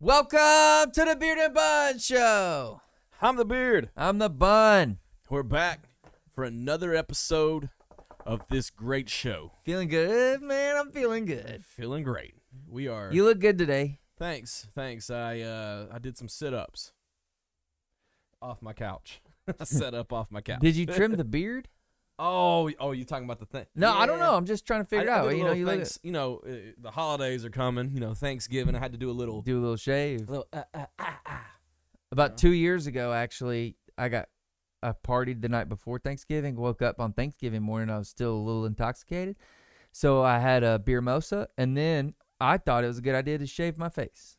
Welcome to the Beard and Bun Show. I'm the Beard. I'm the Bun. We're back for another episode of this great show. Feeling good, man. I'm feeling good. Feeling great. We are. You look good today. thanks, thanks. I uh, I did some sit-ups off my couch. I set up off my couch. Did you trim the beard? Oh, oh, you talking about the thing? No, I don't Yeah. know. I'm just trying to I- figure I it did out. a You know, little you look thanks, you know, uh, the holidays are coming. You know, Thanksgiving. I had to do a little, do a little shave. little uh, uh, ah, ah. About two years ago, actually, I got I partied the night before Thanksgiving. Woke up on Thanksgiving morning. I was still a little intoxicated, so I had a beer mosa, and then I thought it was a good idea to shave my face.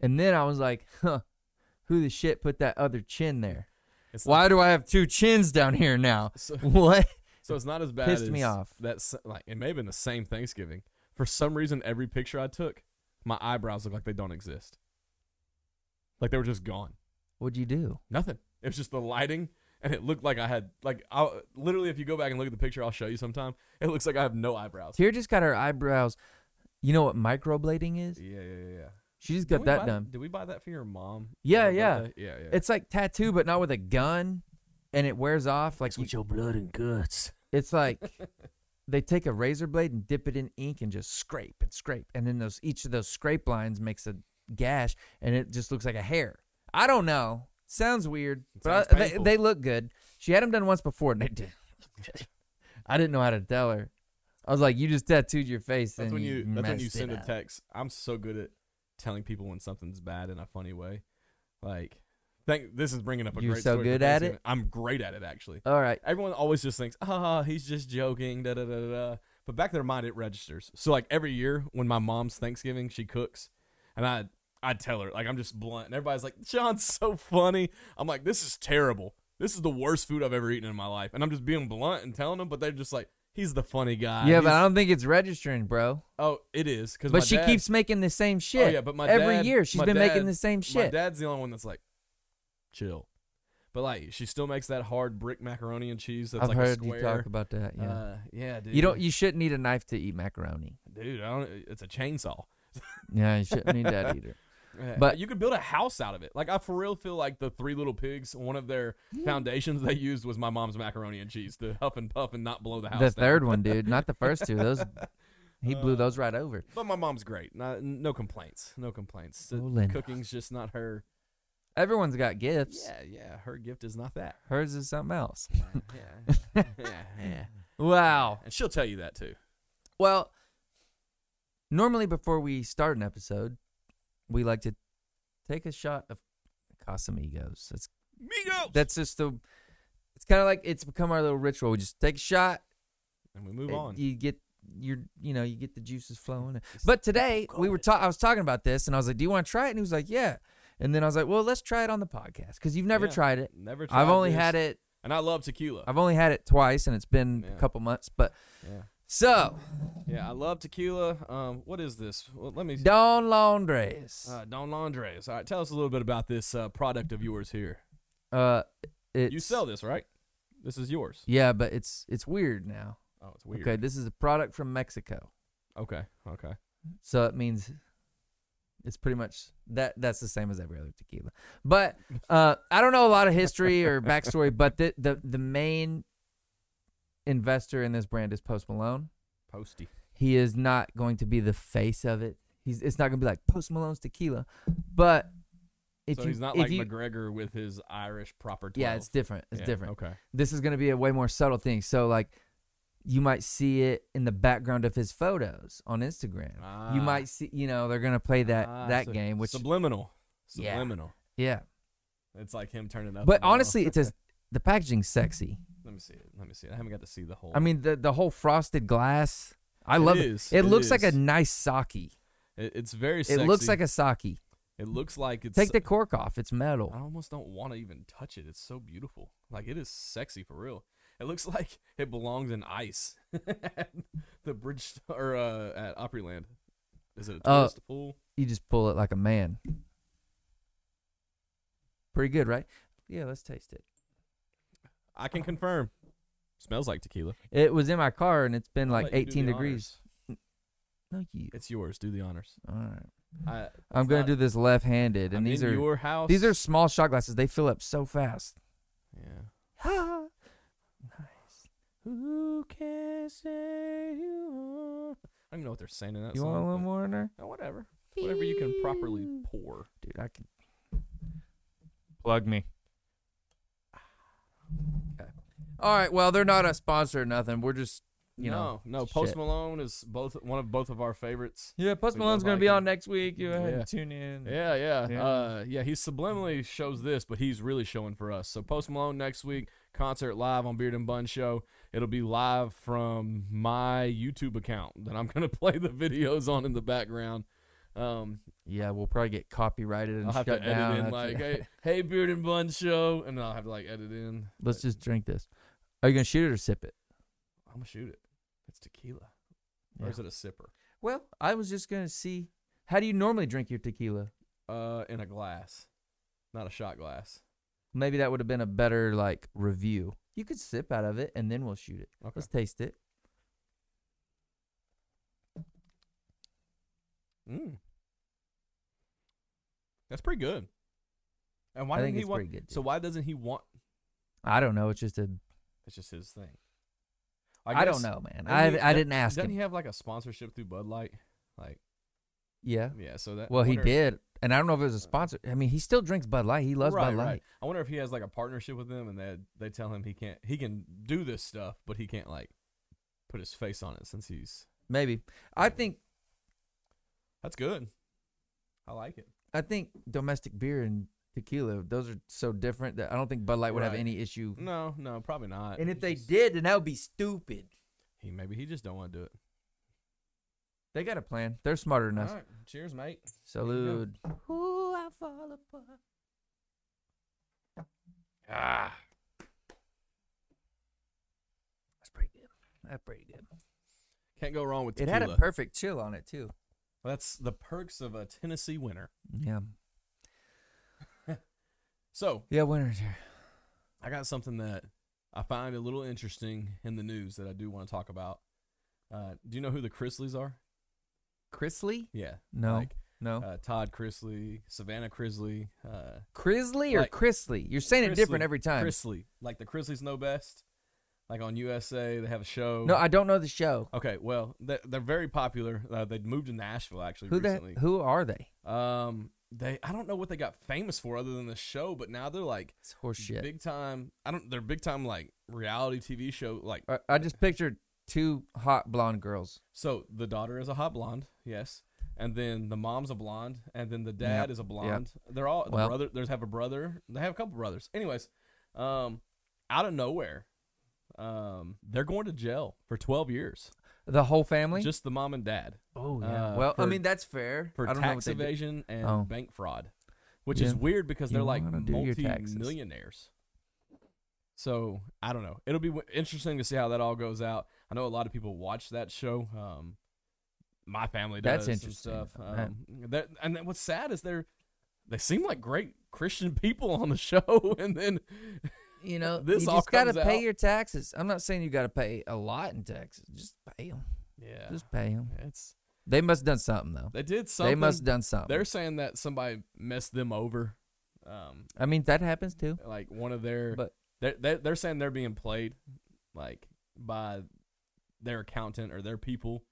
And then I was like, "Huh, who the shit put that other chin there? It's Why do I have two chins down here now? So, What? so it's not as bad. Pissed me as off. That's like it may have been the same Thanksgiving. For some reason, every picture I took, my eyebrows look like they don't exist. Like they were just gone. What'd you do? Nothing. It was just the lighting, and it looked like I had like I literally. If you go back and look at the picture, I'll show you sometime. It looks like I have no eyebrows. Tier just got her eyebrows. You know what microblading is? Yeah, yeah, yeah. yeah. She just Did got we that buy done. Did we buy that for your mom? for Yeah, her yeah. birthday? yeah, yeah. It's like tattoo, but not with a gun, and it wears off. Like you- your blood and guts. it's like they take a razor blade and dip it in ink and just scrape and scrape, and then those each of those scrape lines makes a gash, and it just looks like a hair. I don't know. Sounds weird, but sounds I, they, painful. they look good. She had them done once before, and they did. I didn't know how to tell her. I was like, "You just tattooed your face." That's and when you. That's when you messed it send a up." text. I'm so good at telling people when something's bad in a funny way. Like, thank. This is bringing up a You're great. so story for good at it? Thanksgiving. I'm great at it actually. All right. Everyone always just thinks, ah, he's just joking, da da da da. da." But back in their mind, it registers. So like every year when my mom's Thanksgiving, she cooks, and I I tell her like I'm just blunt, and everybody's like, John's so funny. I'm like, this is terrible. This is the worst food I've ever eaten in my life, and I'm just being blunt and telling them. But they're just like, he's the funny guy. Yeah, but Uh, He's- I don't think it's registering, bro. Oh, it is because. But she keeps making the same shit. Oh yeah, but my every dad- year she's my been making dad- the same My shit. dad's the only one that's like, chill. But like, she still makes that hard brick macaroni and cheese. That's I've like a heard square. you talk about that. Yeah, Uh, yeah, dude. you don't. You shouldn't need a knife to eat macaroni. dude. I don't, it's a chainsaw. Yeah, you shouldn't need that either. Yeah, But- you could build a house out of it. Like I for real feel like the Three Little Pigs. One of their foundations they used was my mom's macaroni and cheese to huff and puff and not blow the house. The down. third one, dude, not the first two. Those he blew those right over. But my mom's great. Not, no complaints. No complaints. The Oh, Linda. Cooking's just not her. Everyone's got gifts. Yeah, yeah. Her gift is not that. Hers is something else. yeah, yeah, yeah. Wow. And she'll tell you that too. Well, normally before we start an episode, we like to take a shot of Casamigos. That's Migos. that's just the. It's kind of like it's become our little ritual. We just take a shot. and we move it- on. You get your, you know, you get the juices flowing. But today we were talking. I was talking about this, and I was like, "Do you want to try it?" And he was like, "Yeah." And then I was like, "Well, let's try it on the podcast because you've never Yeah. tried it. Never. Tried I've only this. had it. And I love tequila. I've only had it twice, and it's been a Yeah. couple months. But yeah. so Yeah, I love tequila. Um, what is this? Well, let me. Don Londres, Uh, Don Londres. All right, tell us a little bit about this uh, product of yours here. uh, it's, You sell this, right? This is yours. Yeah, but it's it's weird now. Oh, it's weird. Okay, this is a product from Mexico, Okay. Okay. so it means it's pretty much that. That's the same as every other tequila. But uh, I don't know a lot of history or backstory, but the, the the main investor in this brand is Post Malone. Posty. He is not going to be the face of it. He's it's not going to be like Post Malone's tequila, but if so you he's not if like you, McGregor with his Irish proper. 12. yeah, it's different. It's Yeah, different. Okay. This is going to be a way more subtle thing. So like. You might see it in the background of his photos on Instagram. Ah. you might see, you know, they're gonna play that Ah, that so game, which subliminal. Yeah. Subliminal. yeah. It's like him turning up. But and down. honestly, it says the packaging's sexy. Let me see it. Let me see it. I haven't got to see the whole. I mean, the the whole frosted glass. I It love is, it. It, it looks like a is. nice sake. it, it's very. It Sexy. looks like a sake. It looks like it's. Take the cork off. It's metal. I almost don't want to even touch it. It's so beautiful. Like it is sexy for real. It looks like it belongs in ice. the bridge or uh, at Opryland. Is it a Uh, tourist pool? You just pull it like a man. Pretty good, right? Yeah, let's taste it. I can confirm. Smells like tequila. It was in my car and it's been I'll like let you do 18 the degrees. honors. No, you. It's yours. Do the honors. All right. I, I'm it's gonna not- do this left-handed, and I'm these in are your house. these are small shot glasses. They fill up so fast. Yeah. nice. Who can say you are? I don't even know what they're saying in that You song. want a little but- more in there, No, whatever. Whatever you can properly pour. dude? I can plug me. Okay. All right. Well, they're not a sponsor or nothing. We're just You no, know, no. Post shit. Malone is both one of both of our favorites. yeah. Post We both Malone's gonna like be it. on next week. You ahead Yeah. and tune in. Yeah, yeah, Mm. Yeah. Uh, yeah. He subliminally shows this, but he's really showing for us. So Post Malone next week, concert live on Beard and Bun Show. It'll be live from my YouTube account that I'm gonna play the videos on in the background. Um, Yeah, we'll probably get copyrighted and I'll have shut to edit down. in after- like, hey, hey, Beard and Bun Show, and I'll have to like edit in. Let's just drink this. Are you gonna shoot it or sip it? I'm gonna shoot it. It's tequila, or Yeah. is it a sipper? Well, I was just gonna see. How do you normally drink your tequila? Uh, in a glass, not a shot glass. Maybe that would have been a better like review. You could sip out of it and then we'll shoot it. Okay. Let's taste it. Mm. That's pretty good. And why I didn't think he it's want? pretty good. So dude. why doesn't he want? I don't know. It's just a. It's just his thing. I, I don't guess- know, man. doesn't I he- I doesn't- didn't ask Doesn't him. he have like a sponsorship through Bud Light? Like, yeah. yeah. So that. I Well, he wonder- did, and I don't know if it was a sponsor. I mean, he still drinks Bud Light. He loves right, Bud Light. right. I wonder if he has like a partnership with them, and they they tell him he can't. He can do this stuff, but he can't like put his face on it since he's. Maybe. I Maybe. think That's good. I like it. I think domestic beer and tequila those are so different that I don't think Bud Light would have Right. any issue. No, no, probably not. And if He they just- did, then that would be stupid. he maybe he just don't want to do it. They got a plan. They're smarter than us. All right, cheers, mate. Salud. Ooh, I fall apart. Ah. That's pretty good. That's pretty good. Can't go wrong with It tequila. had a perfect chill on it too. That's the perks of a Tennessee winter. Yeah. So Yeah, winter's here. I got something that I find a little interesting in the news that I do want to talk about. Uh, do you know who the Chrisleys are? Chrisley? Yeah. No. Like, no. uh, Todd Chrisley, Savannah Chrisley, uh, Crisley or like- Chrisley? You're saying it different Chrisley- every time. Chrisley. Like the Chrisleys know best. Like on USA, they have a show. No, I don't know the show. okay, well, they- they're very popular. Uh, they moved to Nashville actually Who the, recently. who are they? Um, they I don't know what they got famous for other than the show, but now they're like It's horseshit. big time. I don't. They're big time like reality TV show. Like I, I just pictured two hot blonde girls. so, the daughter is a hot blonde, yes, and then the mom's a blonde, and then the dad Yep, is a blonde. They're all the Well- brother. There's have a brother. They have a couple brothers. Anyways, um, out of nowhere, um, they're going to jail for twelve years. The whole family? Just the mom and dad oh yeah. uh, well, I for- mean that's fair. for I don't tax know what they did. evasion and Oh. bank fraud, which Yeah. is weird because You they're like wanna do your taxes. multi-millionaires. So I don't know. It'll be w- interesting to see how that all goes out. I know a lot of people watch that show. Um, my family That's does. and interesting. stuff. That- Um, that, and then what's sad is they're they seem like great Christian people on the show, and then You know, This you all just gotta comes pay out. your taxes. I'm not saying you gotta pay a lot in taxes. Just pay them. yeah, Just pay them. it's They must have done something though. they did something. They must have done something. They're saying that somebody messed them over. Um, I mean that happens too. like one of their But- they're, they're, they're saying they're being played like by their accountant or their people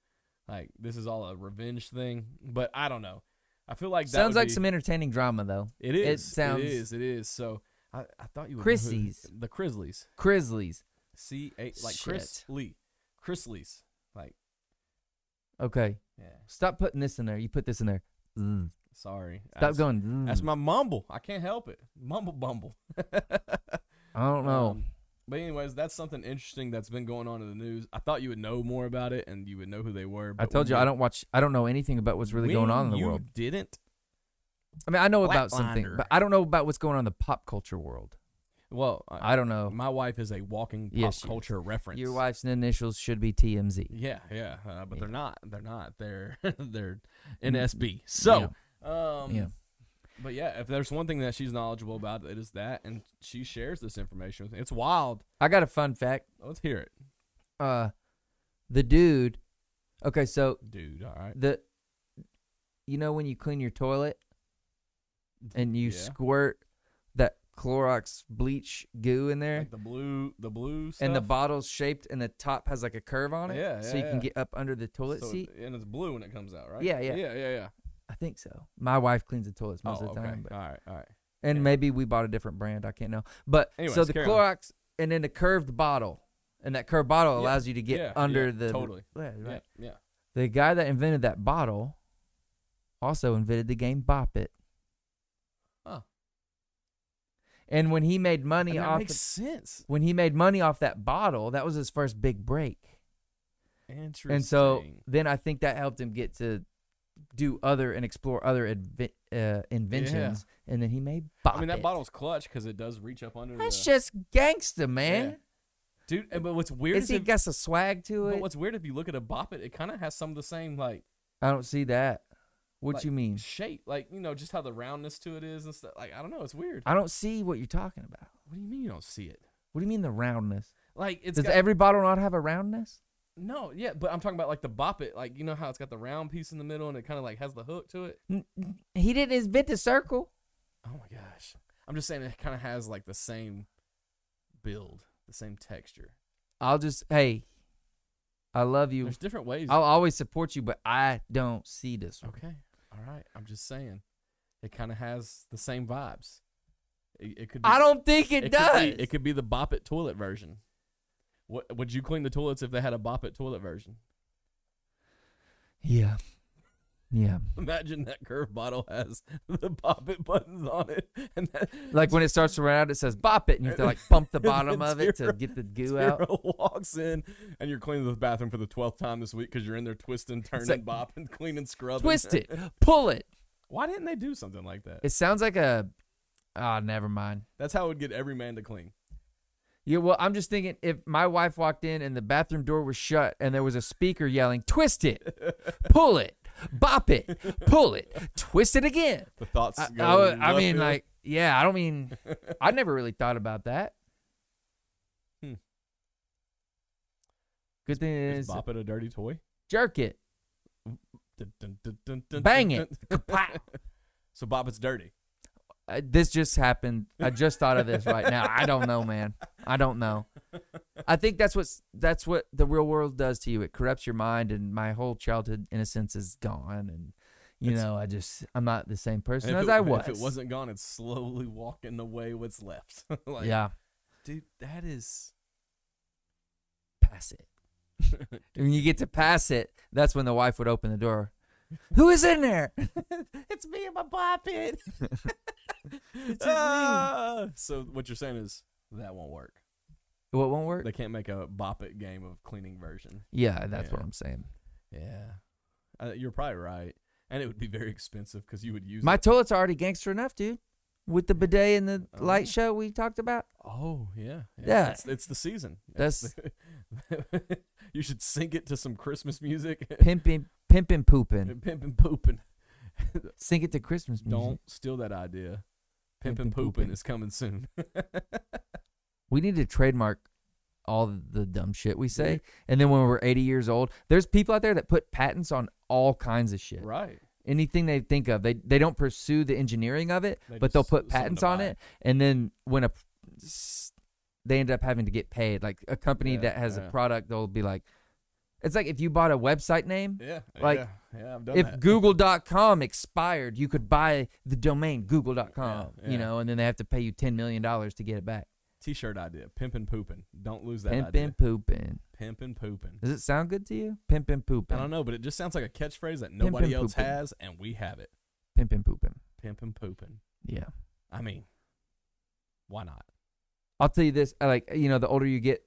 like this is all a revenge thing but i don't know i feel like that Sounds would like be- some entertaining drama though. it is sounds- it is it is so i, I thought you would know who- Chrissy's. the Chrisleys Grizzlies. c a like chris Shit. lee Chrisleys like Okay. yeah Stop putting this in there. You put this in there. Mm. sorry Stop That's- going. that's mm. my mumble i can't help it mumble bumble I don't know. Um, but anyways, that's something interesting that's been going on in the news. I thought you would know more about it and you would know who they were. I But told when you I don't watch. I don't know anything about what's really going when on in the you world. Didn't I mean, I know about something, Blacklander. but I don't know about what's going on in the pop culture world. well. I, I don't know. my wife is a walking pop Yes, she is. culture reference. Your wife's initials should be TMZ. Yeah, yeah, uh, Yeah. but Mm, they're not. They're not. They're they're NSB. So, um, Yeah. But yeah, if there's one thing that she's knowledgeable about, it is that, and she shares this information with me. It's wild. I got a fun fact. Let's hear it, Uh, the dude. Okay, so dude. All right. the you know when you clean your toilet and you Yeah. squirt that Clorox bleach goo in there Like the blue, the blue stuff. and the bottle's shaped and the top has like a curve on it Yeah, so yeah, you can yeah. get up under the toilet So it- seat? and it's blue when it comes out, right? Yeah, yeah. yeah, yeah, yeah. I think so. My wife cleans the toilets Oh, most of the okay. time. But, all right, all right. and yeah. maybe we bought a different brand. I can't know. But so Anyways, the carry on. Clorox and then the curved bottle. And that curved bottle Yeah, allows you to get yeah, yeah, under the totally. Yeah, right. Yeah, yeah. The guy that invented that bottle also invented the game Bop It. Oh. And when he made money And that off makes the- sense. when he made money off that bottle, that was his first big break. Interesting. And so then I think that helped him get to do other and explore other adve- uh, inventions. And then he made Bop I mean, that It. bottle's clutch because it does reach up under. That's the, just gangsta, man. dude. and- But what's weird Is is he if, got some swag to but it? what's weird if you look at a bop it, it kind of has some of the same like I don't see that. What Like, you mean? shape, like you know, just how the roundness to it is and stuff. Like I don't know, it's weird. I don't see what you're talking about. What do you mean you don't see it? What do you mean the roundness? Like it's Does got, every bottle not have a roundness? no, yeah, but I'm talking about like the bop it, like you know how it's got the round piece in the middle and it kind of like has the hook to it. N- n- He didn't invent the circle. Oh my gosh, I'm just saying it kind of has like the same build, the same texture. I'll just hey, I love you. There's different ways. I'll always support you, but I don't see this one. Okay. All right. I'm just saying. It kind of has the same vibes. It, it could be, I don't think it, does. Could be, it could be the Bop It toilet version. What, would you clean the toilets if they had a Bop It toilet version? yeah, yeah. Imagine that curved bottle has the Bop It buttons on it. And that, Like when it starts to run out, it says bop it, and you have to like bump the bottom of it to Zero- get the goo out. Zero walks in and you're cleaning the bathroom for the 12th time this week because you're in there twisting, turning, like- bopping, cleaning, scrubbing. Twist it, pull it. Why didn't they do something like that? It sounds like a. Ah, never mind. That's how it would get every man to clean. Yeah, well, I'm just thinking if my wife walked in and the bathroom door was shut and there was a speaker yelling, "Twist it, pull it, bop it, pull it, twist it again." The thoughts I, go I would- I left mean, field. like, yeah, I don't mean, I never really thought about that. Hmm. Good thing it Is is Bop It a dirty toy? jerk it, Dun, dun, dun, dun, dun, bang dun, it. dun. kapow. So Bop It's dirty. Uh, this just happened. I just thought of this right now. I don't know, man. I don't know. I think that's what's that's what the real world does to you. It corrupts your mind, and my whole childhood innocence is gone. And you It's- know, I just I'm not the same And person if as it, I was. If it wasn't gone, it's slowly walking away what's left. like, yeah, dude, that is. pass it. when you get to pass it, that's when the wife would open the door. Who is in there? It's me and my Bop It. just me. Ah! So what you're saying is that won't work. What won't work? They can't make a Bop It game of cleaning version. yeah, that's what Yeah. I'm saying. Yeah, uh, you're probably right, and it would be very expensive because you would use My it. toilets are already gangster enough, dude. With the bidet and the Oh, light yeah. show we talked about. Oh yeah, Yeah. It's, it's the season. It's That's the- you should sync it to some Christmas music. pimping, pimping, pooping. and pimping pooping. Sink it to Christmas music. Don't steal that idea. Pimping Mm-hmm. Pimpin' pooping poopin'. is coming soon. We need to trademark all the dumb shit we say, Yeah. and then when we're 80 years old, there's people out there that put patents on all kinds of shit. right. Anything they think of, they they don't pursue the engineering of it, They but they'll just- put something to patents on buy. it, and then when a s- they end up having to get paid, like a company Yeah, that has a yeah. product, they'll be like, it's like if you bought a website name. Yeah. Like, yeah, yeah, I've done If that. google.com expired, you could buy the domain google.com, yeah. you know, and then they have to pay you 10 million dollars to get it back. T-shirt idea. Pimping pooping. Don't lose that Pimpin' idea. poopin'. Pimping pooping. Does it sound good to you? Pimpin' I poopin'. don't know, but it just sounds like a catchphrase that nobody Pimpin' else poopin'. has, and we have it. Pimpin' poopin'. Pimping pooping. Yeah. I mean, why not? I'll tell you this. I like you know the older you get.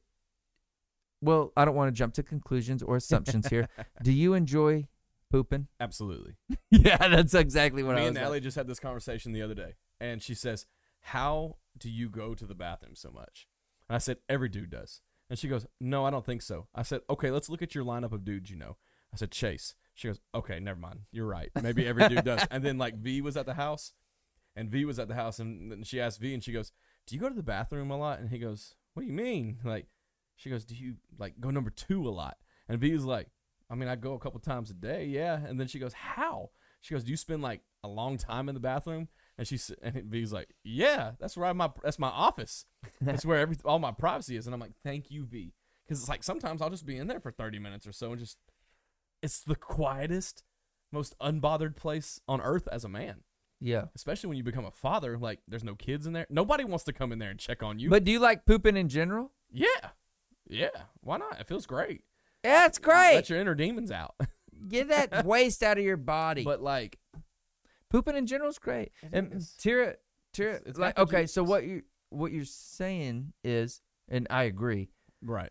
Well, I don't want to jump to conclusions or assumptions here. Do you enjoy pooping? Absolutely. yeah, that's exactly what Me I and was. Allie Like. just had this conversation the other day, and she says, "How do you go to the bathroom so much?" And I said, "Every dude does." And she goes, "No, I don't think so." I said, "Okay, let's look at your lineup of dudes you know." I said, "Chase." She goes, "Okay, never mind. You're right. Maybe every dude does." And then like V was at the house, and V was at the house, and then she asked V, and she goes, "Do you go to the bathroom a lot?" And he goes, "What do you mean?" Like, she goes, "Do you like go number two a lot?" And V's like, "I mean, I go a couple times a day, yeah." And then she goes, "How?" She goes, "Do you spend like a long time in the bathroom?" And she s- and V's like, "Yeah, that's where I my that's my office. That's where every all my privacy is." And I'm like, "Thank you, V," because it's like sometimes I'll just be in there for 30 minutes or so and just it's the quietest, most unbothered place on earth as a man, Yeah. especially when you become a father. Like, there's no kids in there. Nobody wants to come in there and check on you. But do you like pooping in general? yeah, yeah, why not? It feels great. Yeah, it's Let great. your inner demons out. Get that waste out of your body. but like, pooping in general is great. And is. Tira, Tira, It's- it's like, got the okay, so juices. what you what you're saying is, and I agree. right?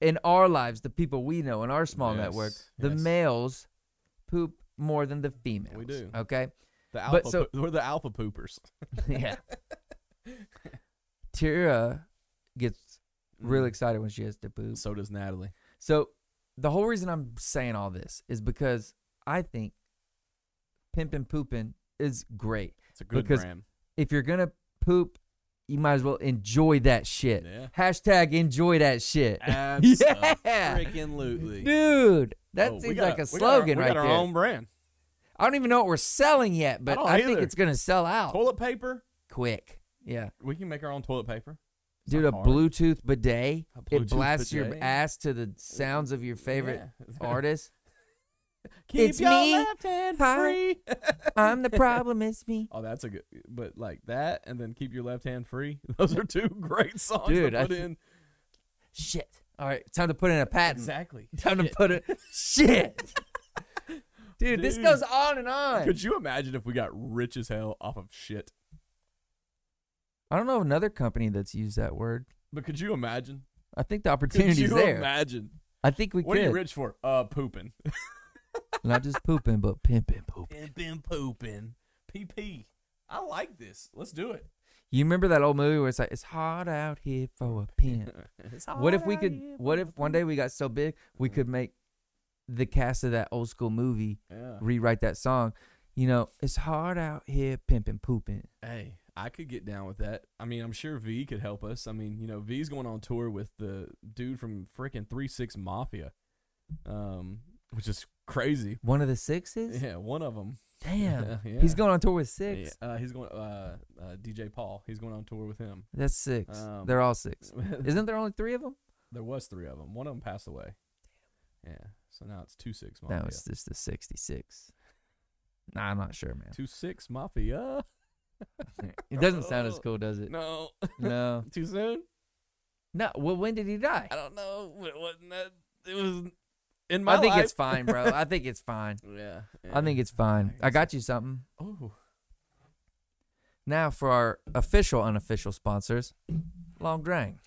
In our lives, the people we know in our small network, Yes, the yes. males poop more than the females. do. Okay. The alpha, But so- poo- we're the alpha poopers. yeah. Tira gets really Mm. excited when she has to poop. So does Natalie. So the whole reason I'm saying all this is because I think pimping pooping is great. It's a good Because- gram. If you're gonna poop, you might as well enjoy that shit. Yeah. Hashtag enjoy that shit. Yeah. Absolutely. Dude, that Oh, we seems got like a we got our- slogan we right got there. our own brand. I don't even know what we're selling yet, but don't I, think either. it's gonna sell out Toilet paper. quick. Yeah. We can make our own toilet paper. It's Dude, not a hard. Bluetooth bidet. A it Bluetooth blasts your bidet. ass to the sounds of your favorite Yeah. artist. Keep It's your me. left hand Hi. free. I'm the problem, it's me. oh, that's a good. But like that, and then keep your left hand free. Those are two great songs Dude, to I put th- in. Shit. All right, time to put in a patent. Exactly. Time to put it. Shit. Dude, this Dude. goes on and on. Could you imagine if we got rich as hell off of shit? I don't know of another company that's used that word. But could you imagine? I think the Could opportunity's you there. imagine? I think we What are you could. rich for? Uh, pooping. Not just pooping, but pimping poop. Pimping, pooping, PP. I like this. Let's do it. You remember that old movie where it's like, it's hard out here for a pimp. What if we could, what if one day we got so big, we could make the cast of that old school movie Yeah. rewrite that song? You know, it's hard out here pimping, pooping. Hey, I could get down with that. I mean, I'm sure V could help us. I mean, you know, V's going on tour with the dude from freaking Three Six Mafia, um, which is crazy. One of the sixes? Yeah, one of them. Damn. Yeah. He's going on tour with six. Uh, he's going. Uh, uh, DJ Paul. He's going on tour with him. That's six. Um, They're all six. Isn't there only three of them? there was three of them. One of them passed away. Yeah. So now it's Two Six Mafia. No, it's just the 66. Nah, I'm not sure, man. Two Six Mafia. It doesn't sound as cool, does it? No, No. too soon. No. Well, when did he die? I don't know. It wasn't that. It was in my I think life. it's fine, bro. I think it's fine. yeah, I think it's fine. I got you something. Oh, Now for our official, unofficial sponsors Long Drink.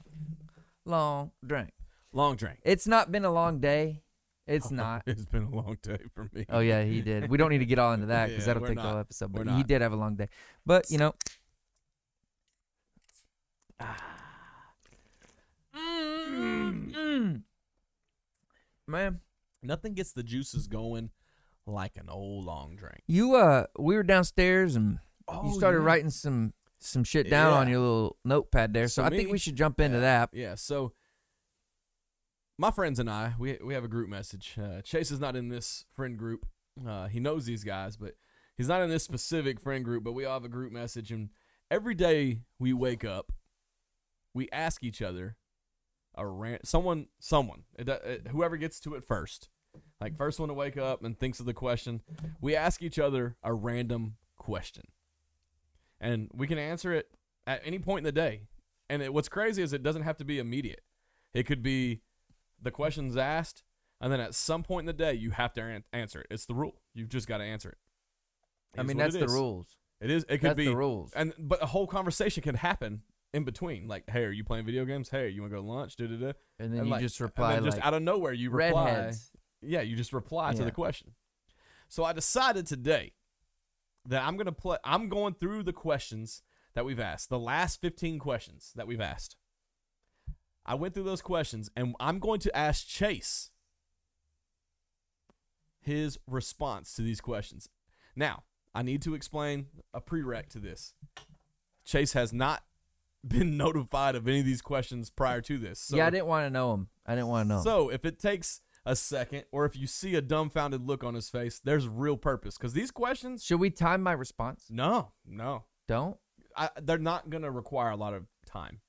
Long Drink. long drink. It's not been a long day. It's not. It's been a long day for me. Oh yeah, he did. We don't need to get all into that because Yeah, that'll we're take the not. whole episode. We're But he not. did have a long day. But you know, Mm, Mm-hmm. mm. man, Nothing gets the juices going like an old long drink. you uh, we were downstairs and you started Oh, yeah. writing some some shit down on Yeah. your little notepad there. So, So I think me- we should jump into Yeah, that. Yeah. So my friends and I, we we have a group message. Uh, Chase is not in this friend group. Uh, he knows these guys, but he's not in this specific friend group. But we all have a group message, and every day we wake up, we ask each other a rant. Someone, someone, it, do- it, whoever gets to it first, like first one to wake up and thinks of the question, we ask each other a random question, and we can answer it at any point in the day. And it, what's crazy is it doesn't have to be immediate. It could be the questions asked, and then at some point in the day, you have to an- answer it. It's the rule. You've just got to answer it. I It is mean, what that's it the is. rules. It is. It could That's be the rules. and but a whole conversation can happen in between. Like, hey, are you playing video games? Hey, you want to go to lunch? Da da da. And then and you like- just and reply then just like out of nowhere, you reply. redheads. Yeah, you just reply to Yeah. the question. So I decided today that I'm gonna play. I'm going through the questions that we've asked, the last 15 questions that we've asked. I went through those questions, and I'm going to ask Chase his response to these questions. Now, I need to explain a prereq to this. Chase has not been notified of any of these questions prior to this. So yeah, I didn't want to know him. I didn't want to know. 'em. so if it takes a second, or if you see a dumbfounded look on his face, there's real purpose. Because these questions, Should we time my response? no, no, Don't. I, they're not gonna require a lot of time.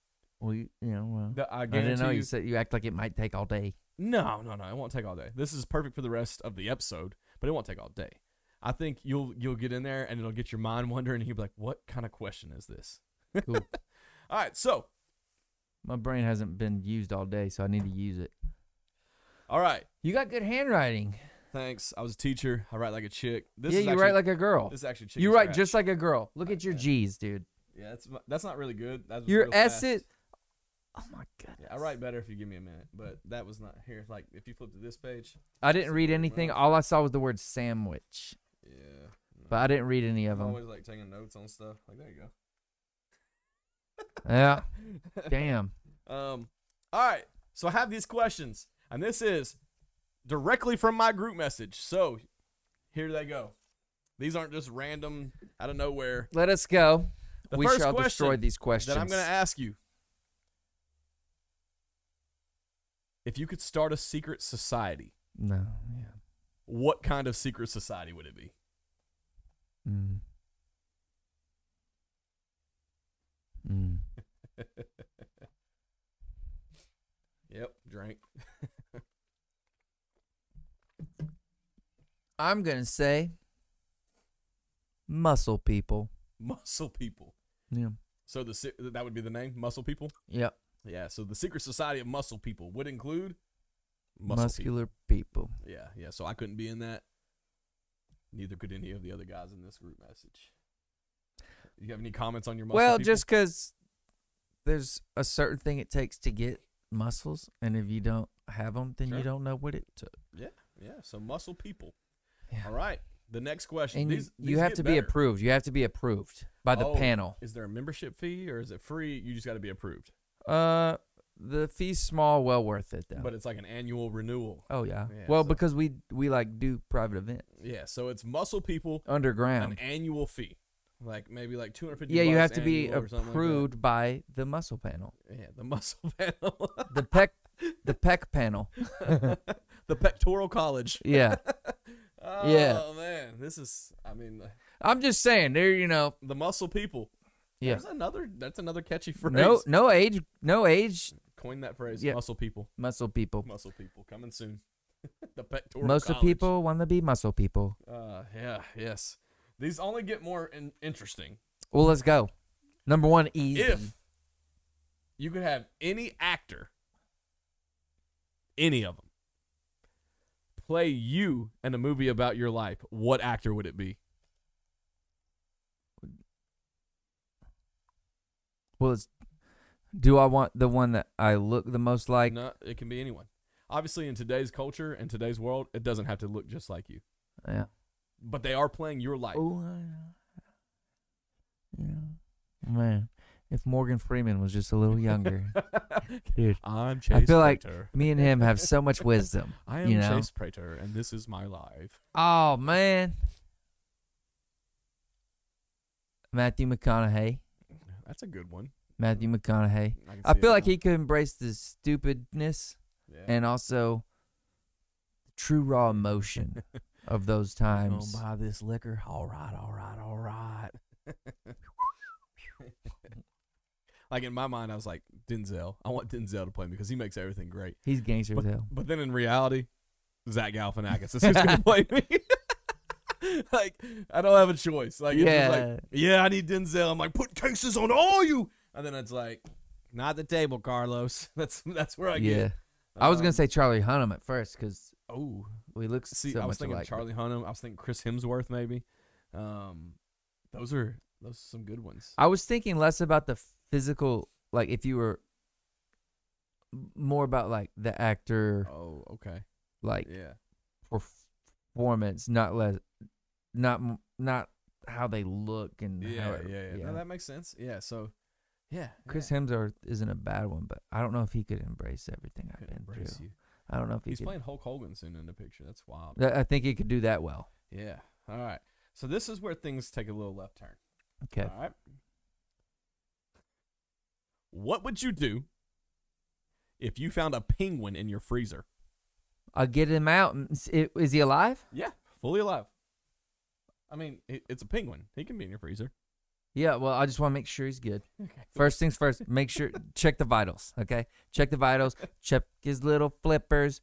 Well, you, you know, well, The- I I didn't guarantee know you, you said you act like it might take all day. No, no, no. It won't take all day. This is perfect for the rest of the episode, but it won't take all day. I think you'll you'll get in there and it'll get your mind wondering. And you'll be like, "What kind of question is this?" Cool. All right, so my brain hasn't been used all day, so I need to use it. all right. You got good handwriting. Thanks. I was a teacher. I write like a chick. This yeah, is you actually, write like a girl. this. Is actually, chicken You write scratch. just like a girl. Look at your G's, dude. yeah. That's that's not really good. That's Your real S fast. is. Oh my goodness. Yeah, I write better if you give me a minute, but that was not here. Like if you flip to this page, I didn't read anything. All I saw was the word sandwich, yeah. but I didn't read any of them. I'm always like taking notes on stuff. Like there you go. Yeah. Damn. Um, all right. So I have these questions, and this is directly from my group message. So here they go. These aren't just random out of nowhere. Let us go. The we first shall question destroy these questions. that I'm going to ask you. If you could start a secret society, No. Yeah. what kind of secret society would it be? Mm. Mm. Yep, drink. I'm gonna say muscle people. Muscle people. Yeah. So the se- that would be the name, muscle people. Yep. Yeah. So the secret society of muscle people would include people. Muscular people. Yeah, yeah. So I couldn't be in that. Neither could any of the other guys in this group message. You have any comments on your muscle? Well, people? just because there's a certain thing it takes to get muscles, and if you don't have them, then Sure. you don't know what it took. yeah. So muscle people. Yeah. All right. The next question. And you- these, you these have get to be better. approved. You have to be approved by the Oh. panel. Is there a membership fee or is it free? You just got to be approved. Uh, the fee's small, well worth it though. But it's like an annual renewal. oh yeah. Yeah, well, so- because we we like do private event Yeah. So it's muscle people an underground. annual fee, like maybe like two hundred fifty. Yeah, you have to be or something like that. approved by the muscle panel, yeah, the muscle panel, the pec, the pec panel. the pectoral college. Yeah, Oh, Yeah. man, this is. I mean, I'm just saying. There, you know. the muscle people. Yeah. There's another. That's another catchy phrase. No, no age, no age. Coin that phrase. Yeah. Muscle people. Muscle people. Muscle people coming soon. the pectoral. Most of college. people want to be muscle people. Uh, yeah. Yes. These only get more in- interesting. Well, let's go. Number one, easy. If you could have any actor, any of them, play you in a movie about your life, what actor would it be? Well, it's, do I want the one that I look the most like? no, it can be anyone. Obviously, in today's culture and today's world, it doesn't have to look just like you, Yeah. but they are playing your life. Oh, yeah. yeah. Man, if Morgan Freeman was just a little younger, dude, I'm Chase I feel like- Prater. me and him have so much wisdom. I am you know? Chase Prater, and this is my life. Oh man, Matthew McConaughey. That's a good one. Matthew McConaughey. can I see feel it. like he could embrace the stupidness Yeah. and also true raw emotion of those I'm times. gonna buy this liquor. All right, all right, all right. like in my mind, I was like Denzel. I want Denzel to play me because he makes everything great. He's gangster as But, hell. but then in reality, Zach Galifianakis is who's gonna play me. like I don't have a choice. Like yeah, yeah, like, yeah, I need Denzel. I'm like put cases on all you, and then it's like not the table, Carlos. That's that's where I yeah. get. I was gonna Um, say Charlie Hunnam at first because oh, we look See, so I was much thinking alike. but- Charlie Hunnam. I was thinking Chris Hemsworth, maybe. Um, those are those are some good ones. I was thinking less about the physical, like if you were m- more about like the actor, Oh, okay. like Yeah, performance, not less, not m- not how they look and yeah, how yeah, it- yeah. No, that makes sense. Yeah. So, yeah, Chris yeah. Hemsworth isn't a bad one, but I don't know if he could embrace everything I've Could been embrace through. you. I don't know if he He's could. playing Hulk Hogan soon in the picture. That's wild. Th- I think he could do that well. Yeah. All right. So this is where things take a little left turn. Okay. All right. What would you do if you found a penguin in your freezer? I'll get him out. and s- i- Is he alive? Yeah, fully alive. I mean, it- it's a penguin. He can be in your freezer. Yeah. Well, I just want to make sure he's good. First things first. Make sure check the vitals. Okay. Check the vitals. Check his little flippers.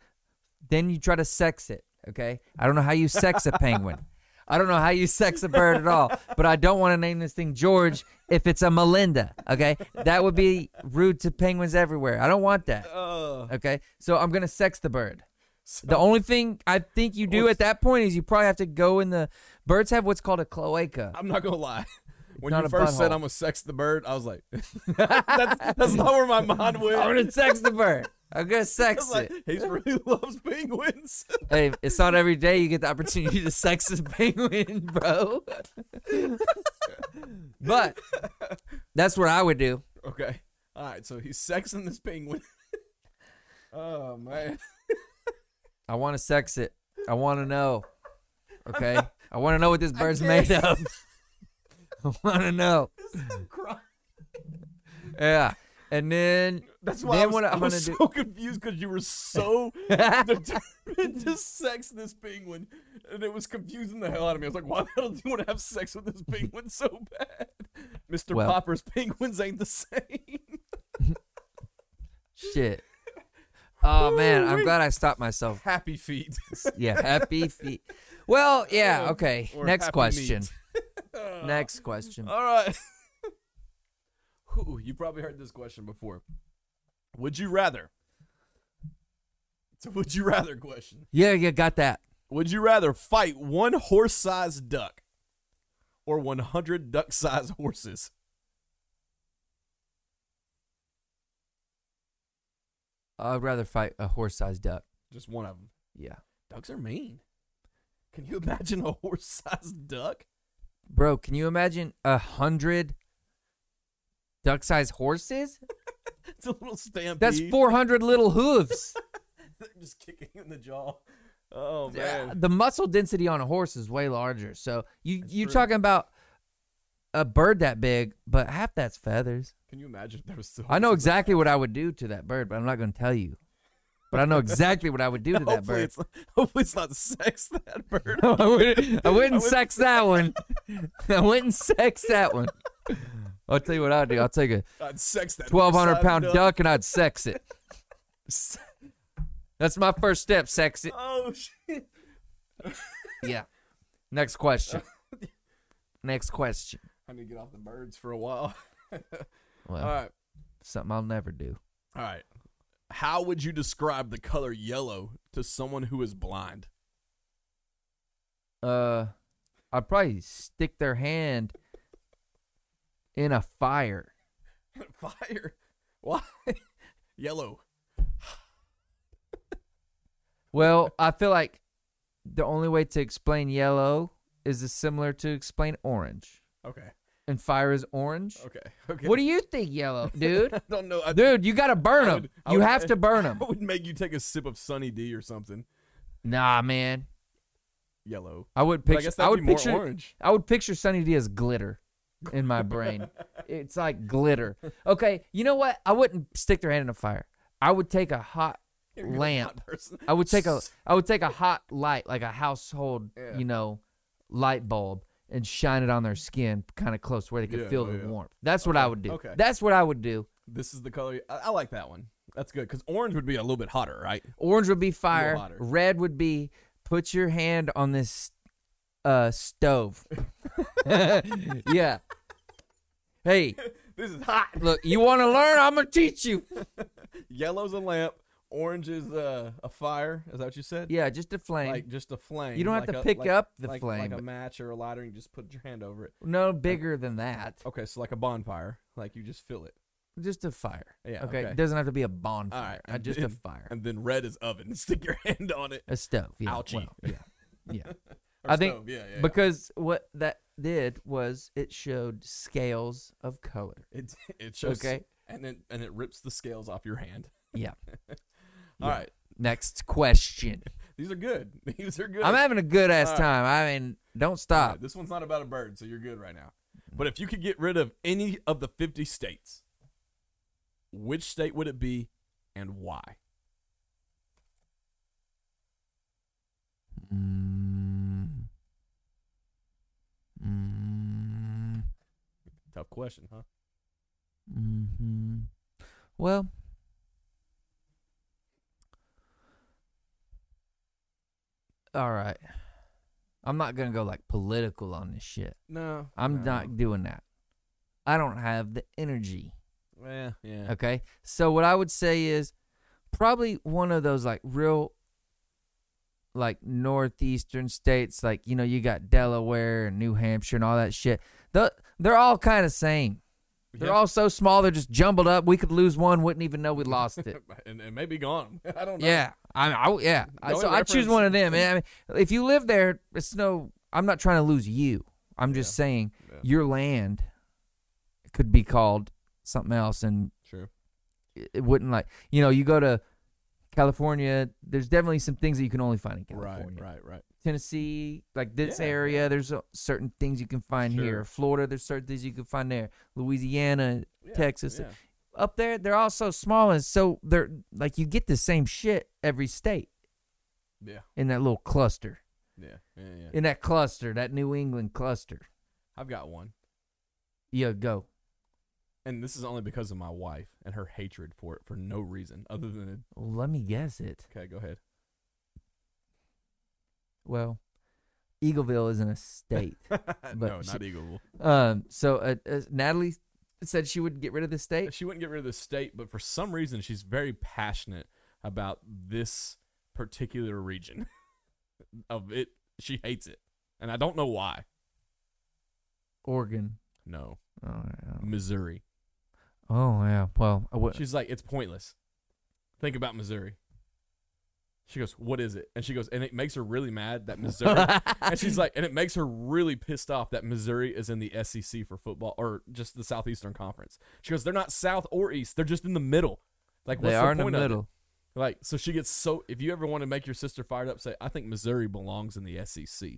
Then you try to sex it. Okay. I don't know how you sex a penguin. I don't know how you sex a bird at all. But I don't want to name this thing George if it's a Melinda. Okay. That would be rude to penguins everywhere. I don't want that. Uh, Okay. So I'm gonna sex the bird. so- The only thing I think you do at that point is you probably have to go in the birds have what's called a cloaca. I'm not gonna lie. When Not you a first said butthole. I'm gonna sex the bird, I was like, that's, that's not where my mind went. I'm gonna sex the bird. I'm gonna I sex was like, it. he really loves penguins. Hey, it's not every day you get the opportunity to sex a penguin, bro. but that's what I would do. okay, all right. So he's sexing this penguin. oh man. I want to sex it. I want to know. Okay. I want to know what this bird's made of. I want to know. I'm crying. Yeah. And then That's why I Then was, what I I'm was so gonna confused because you were so determined to sex this penguin, and it was confusing the hell out of me. I was like, "Why the hell do you want to have sex with this penguin so bad?" Mister Well- Popper's penguins ain't the same. shit. Oh man, I'm Woo-wee. glad I stopped myself. Happy feet. yeah, happy feet. Well, yeah, Or- okay. Oh, or Next happy Uh. question. meat. Next question. All right. Ooh, you probably heard this question before. Would you rather? It's a would you rather question. Yeah, you got that. Would you rather fight one horse-sized duck or 100 duck-sized horses? I'd rather fight a horse-sized duck. Just one of them. Yeah. Ducks are mean. Can you imagine a horse-sized duck? Bro, can you imagine a hundred duck-sized horses? It's a little stampede. That's 400 little hooves. Just kicking in the jaw. Oh Yeah, man. Uh, the muscle density on a horse is way larger. So you That's you're true. talking about a bird that big, but half that's feathers. Can you imagine if there was so I know much- exactly what I would do to that bird, but I'm not going to tell you. But I know exactly what I would do to that Hopefully bird. it's, hopefully it's not sex that bird. No, I wouldn't, I wouldn't wouldn't- sex that one. I wouldn't sex that one. I'll tell you what I'd do. I'll take a I'd sex that 1,200 horse-sized pound duck. and I'd sex it. S- That's my first step, sex it. Oh shit! Yeah. Next question. Next question. I need to get off the birds for a while. Well, All right, something I'll never do. all right. How would you describe the color yellow to someone who is blind? Uh, I'd probably stick their hand in a fire. Fire. Why? yellow. Well, I feel like the only way to explain yellow is as similar to explain orange. Okay. And fire is orange. Okay. Okay. What do you think, yellow, dude? I don't know. I, dude, you gotta burn I them. would- I you would- have to burn them. I would make you take a sip of Sunny D or something. Nah, man. Yellow. I would But picture. I guess I, that'd would be more picture. orange. I would picture Sunny D as glitter in my brain. it's like glitter. Okay, you know what? I wouldn't stick their hand in the fire. I would take a hot You're a lamp. hot person. I would take a I would take a hot light, like a household, Yeah. you know, light bulb, and shine it on their skin, kind of close where they could Yeah, feel yeah, the yeah. warmth. That's what I would do. okay. That's what I would do. This is the color. I, I like that one. That's good because orange would be a little bit hotter, right? Orange would be fire. hotter. Red would be put your hand on this uh, stove. yeah. Hey, This is hot. look, you want to learn? I'm gonna teach you. Yellow's a lamp. Orange is uh, a fire. Is that what you said? Yeah, just a flame. Like just a flame. You don't have like to a- pick like- up the like, flame. Like a match or a lighter, and you just put your hand over it. no bigger than that. Okay, so like a bonfire. Like you just fill it. Just a fire. Yeah, Okay. okay. It doesn't have to be a bonfire. Uh, and just a then- fire. And then red is oven. Stick your hand on it. A stove. Yeah. Ouchie. well, yeah. Yeah. Or I think stove, Yeah, yeah. Because what that did was it showed scales of color. yeah. it it shows. okay. And then and it rips the scales off your hand. Yeah. All Yeah. right. Next question. These are good. These are good. I'm having a good ass All right. time. I mean, don't All right, stop. This one's not about a bird, so you're good right now. Mm. But if you could get rid of any of the 50 states, which state would it be and why? Mm-hmm. question, huh? Mm-hmm. Well, all right. I'm not gonna go like political on this shit. No, I'm not doing that. I don't have the energy. Yeah, yeah. Okay. So what I would say is probably one of those like real like northeastern states like you know you got Delaware and New Hampshire and all that shit. The, they're all kind of same. They're all so small they're just jumbled up. We could lose one wouldn't even know we lost it. and, and maybe gone. I don't know. yeah. I, I yeah. I- No so I choose reference. one of them. I mean, if you live there, it's no I'm not trying to lose you. I'm just Yeah. saying Yeah. your land could be called something else and True. it it wouldn't like you know you go to California. There's definitely some things that you can only find in California. Right, right, right. Tennessee, like this Yeah. area, there's uh, certain things you can find here. Sure. Florida, there's certain things you can find there. Louisiana, Yeah, Texas, yeah. up there, they're all so small and so they're like you get the same shit every state Yeah, in that little cluster, yeah, yeah, yeah. in that cluster, that New England cluster. I've got one, Yeah, go. and this is only because of my wife and her hatred for it for no reason other than Let me guess it. okay. Go ahead. Well, Eagleville isn't a state. no, she- not Eagle. Um, so uh, uh, Natalie said she would get rid of the state. She wouldn't get rid of the state, but for some reason, she's very passionate about this particular region of it. She hates it, and I don't know why. Oregon. No, Oh, yeah. Missouri. Oh, yeah. Well, I would. She's like, it's pointless. Think about Missouri. She goes, what is it? And she goes, and it makes her really mad that Missouri. and she's like, and it makes her really pissed off that Missouri is in the SEC for football or just the Southeastern Conference. She goes, they're not South or East. They're just in the middle. Like, what's they are in the the point of it? middle. Like, so she gets so. If you ever want to make your sister fired up, say, I think Missouri belongs in the SEC.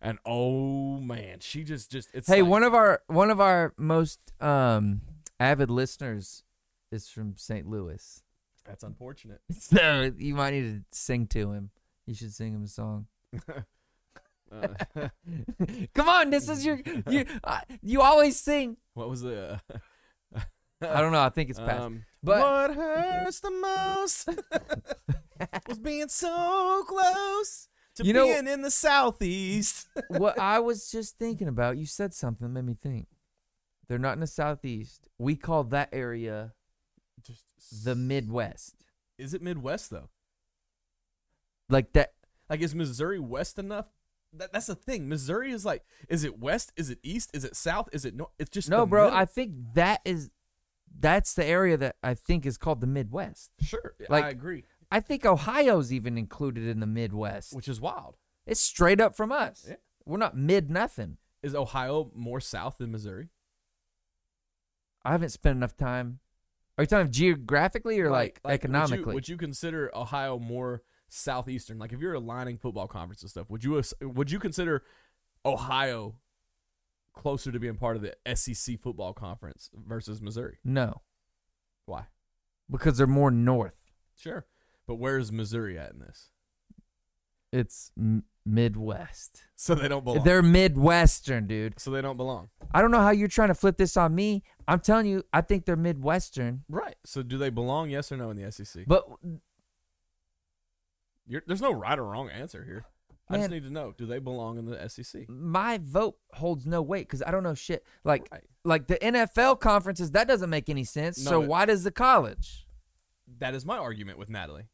And oh man, she just just it's Hey, like, one of our one of our most um avid listeners is from St. Louis, that's unfortunate. so you might need to sing to him. You should sing him a song. Uh, Come on, this is your you. Uh, you always sing. what was the? I don't know. I think it's past. Um, But- what hurts the most was being so close to You know- being in the southeast. what I was just thinking about, you said something that made me think. They're not in the southeast. We call that area Just the Midwest. is it Midwest though? Like that Like, is Missouri west enough? That, that's the thing. Missouri is like, is it west? Is it east? Is it south? Is it north? It's just No, the bro, middle. I think that is that's the area that I think is called the Midwest. sure, like- I agree, I think Ohio's even included in the Midwest. which is wild. It's straight up from us. Yeah. We're not mid nothing. Is Ohio more south than Missouri? I haven't spent enough time. Are you talking geographically or like, would you- Would you, economically? consider Ohio more southeastern? Like, if you're aligning football conference and stuff, would you as- would you consider Ohio closer to being part of the SEC football conference versus Missouri? no, Why? because they're more north. Sure, but where is Missouri at in this? It's m- Midwest. So they don't belong. They're Midwestern, dude. so they don't belong. I don't know how you're trying to flip this on me. I'm telling you, I think they're Midwestern. Right. So do they belong? Yes or no in the SEC? But You're, there's no right or wrong answer here. I Man. just need to know: do they belong in the E SEC? my vote holds no weight because I don't know shit. Like Right. like the NFL conferences, that doesn't make any sense. No, so it- why does the college? That is my argument with Natalie.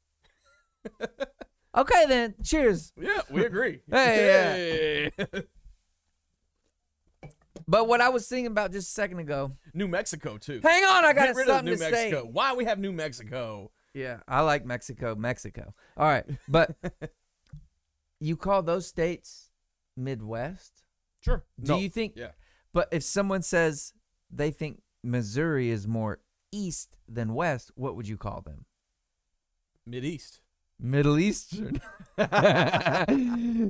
Okay then, cheers. Yeah, we agree. Hey, yeah. But what I was thinking about just a second ago. New Mexico too. Hang on, I got Get rid of something New to Mexico. say. Why we have New Mexico? Yeah, I like Mexico, Mexico. All right, but you call those states Midwest? Sure. Do you think? Yeah. But if someone says they think Missouri is more east than west, what would you call them? Mid East? Middle Eastern.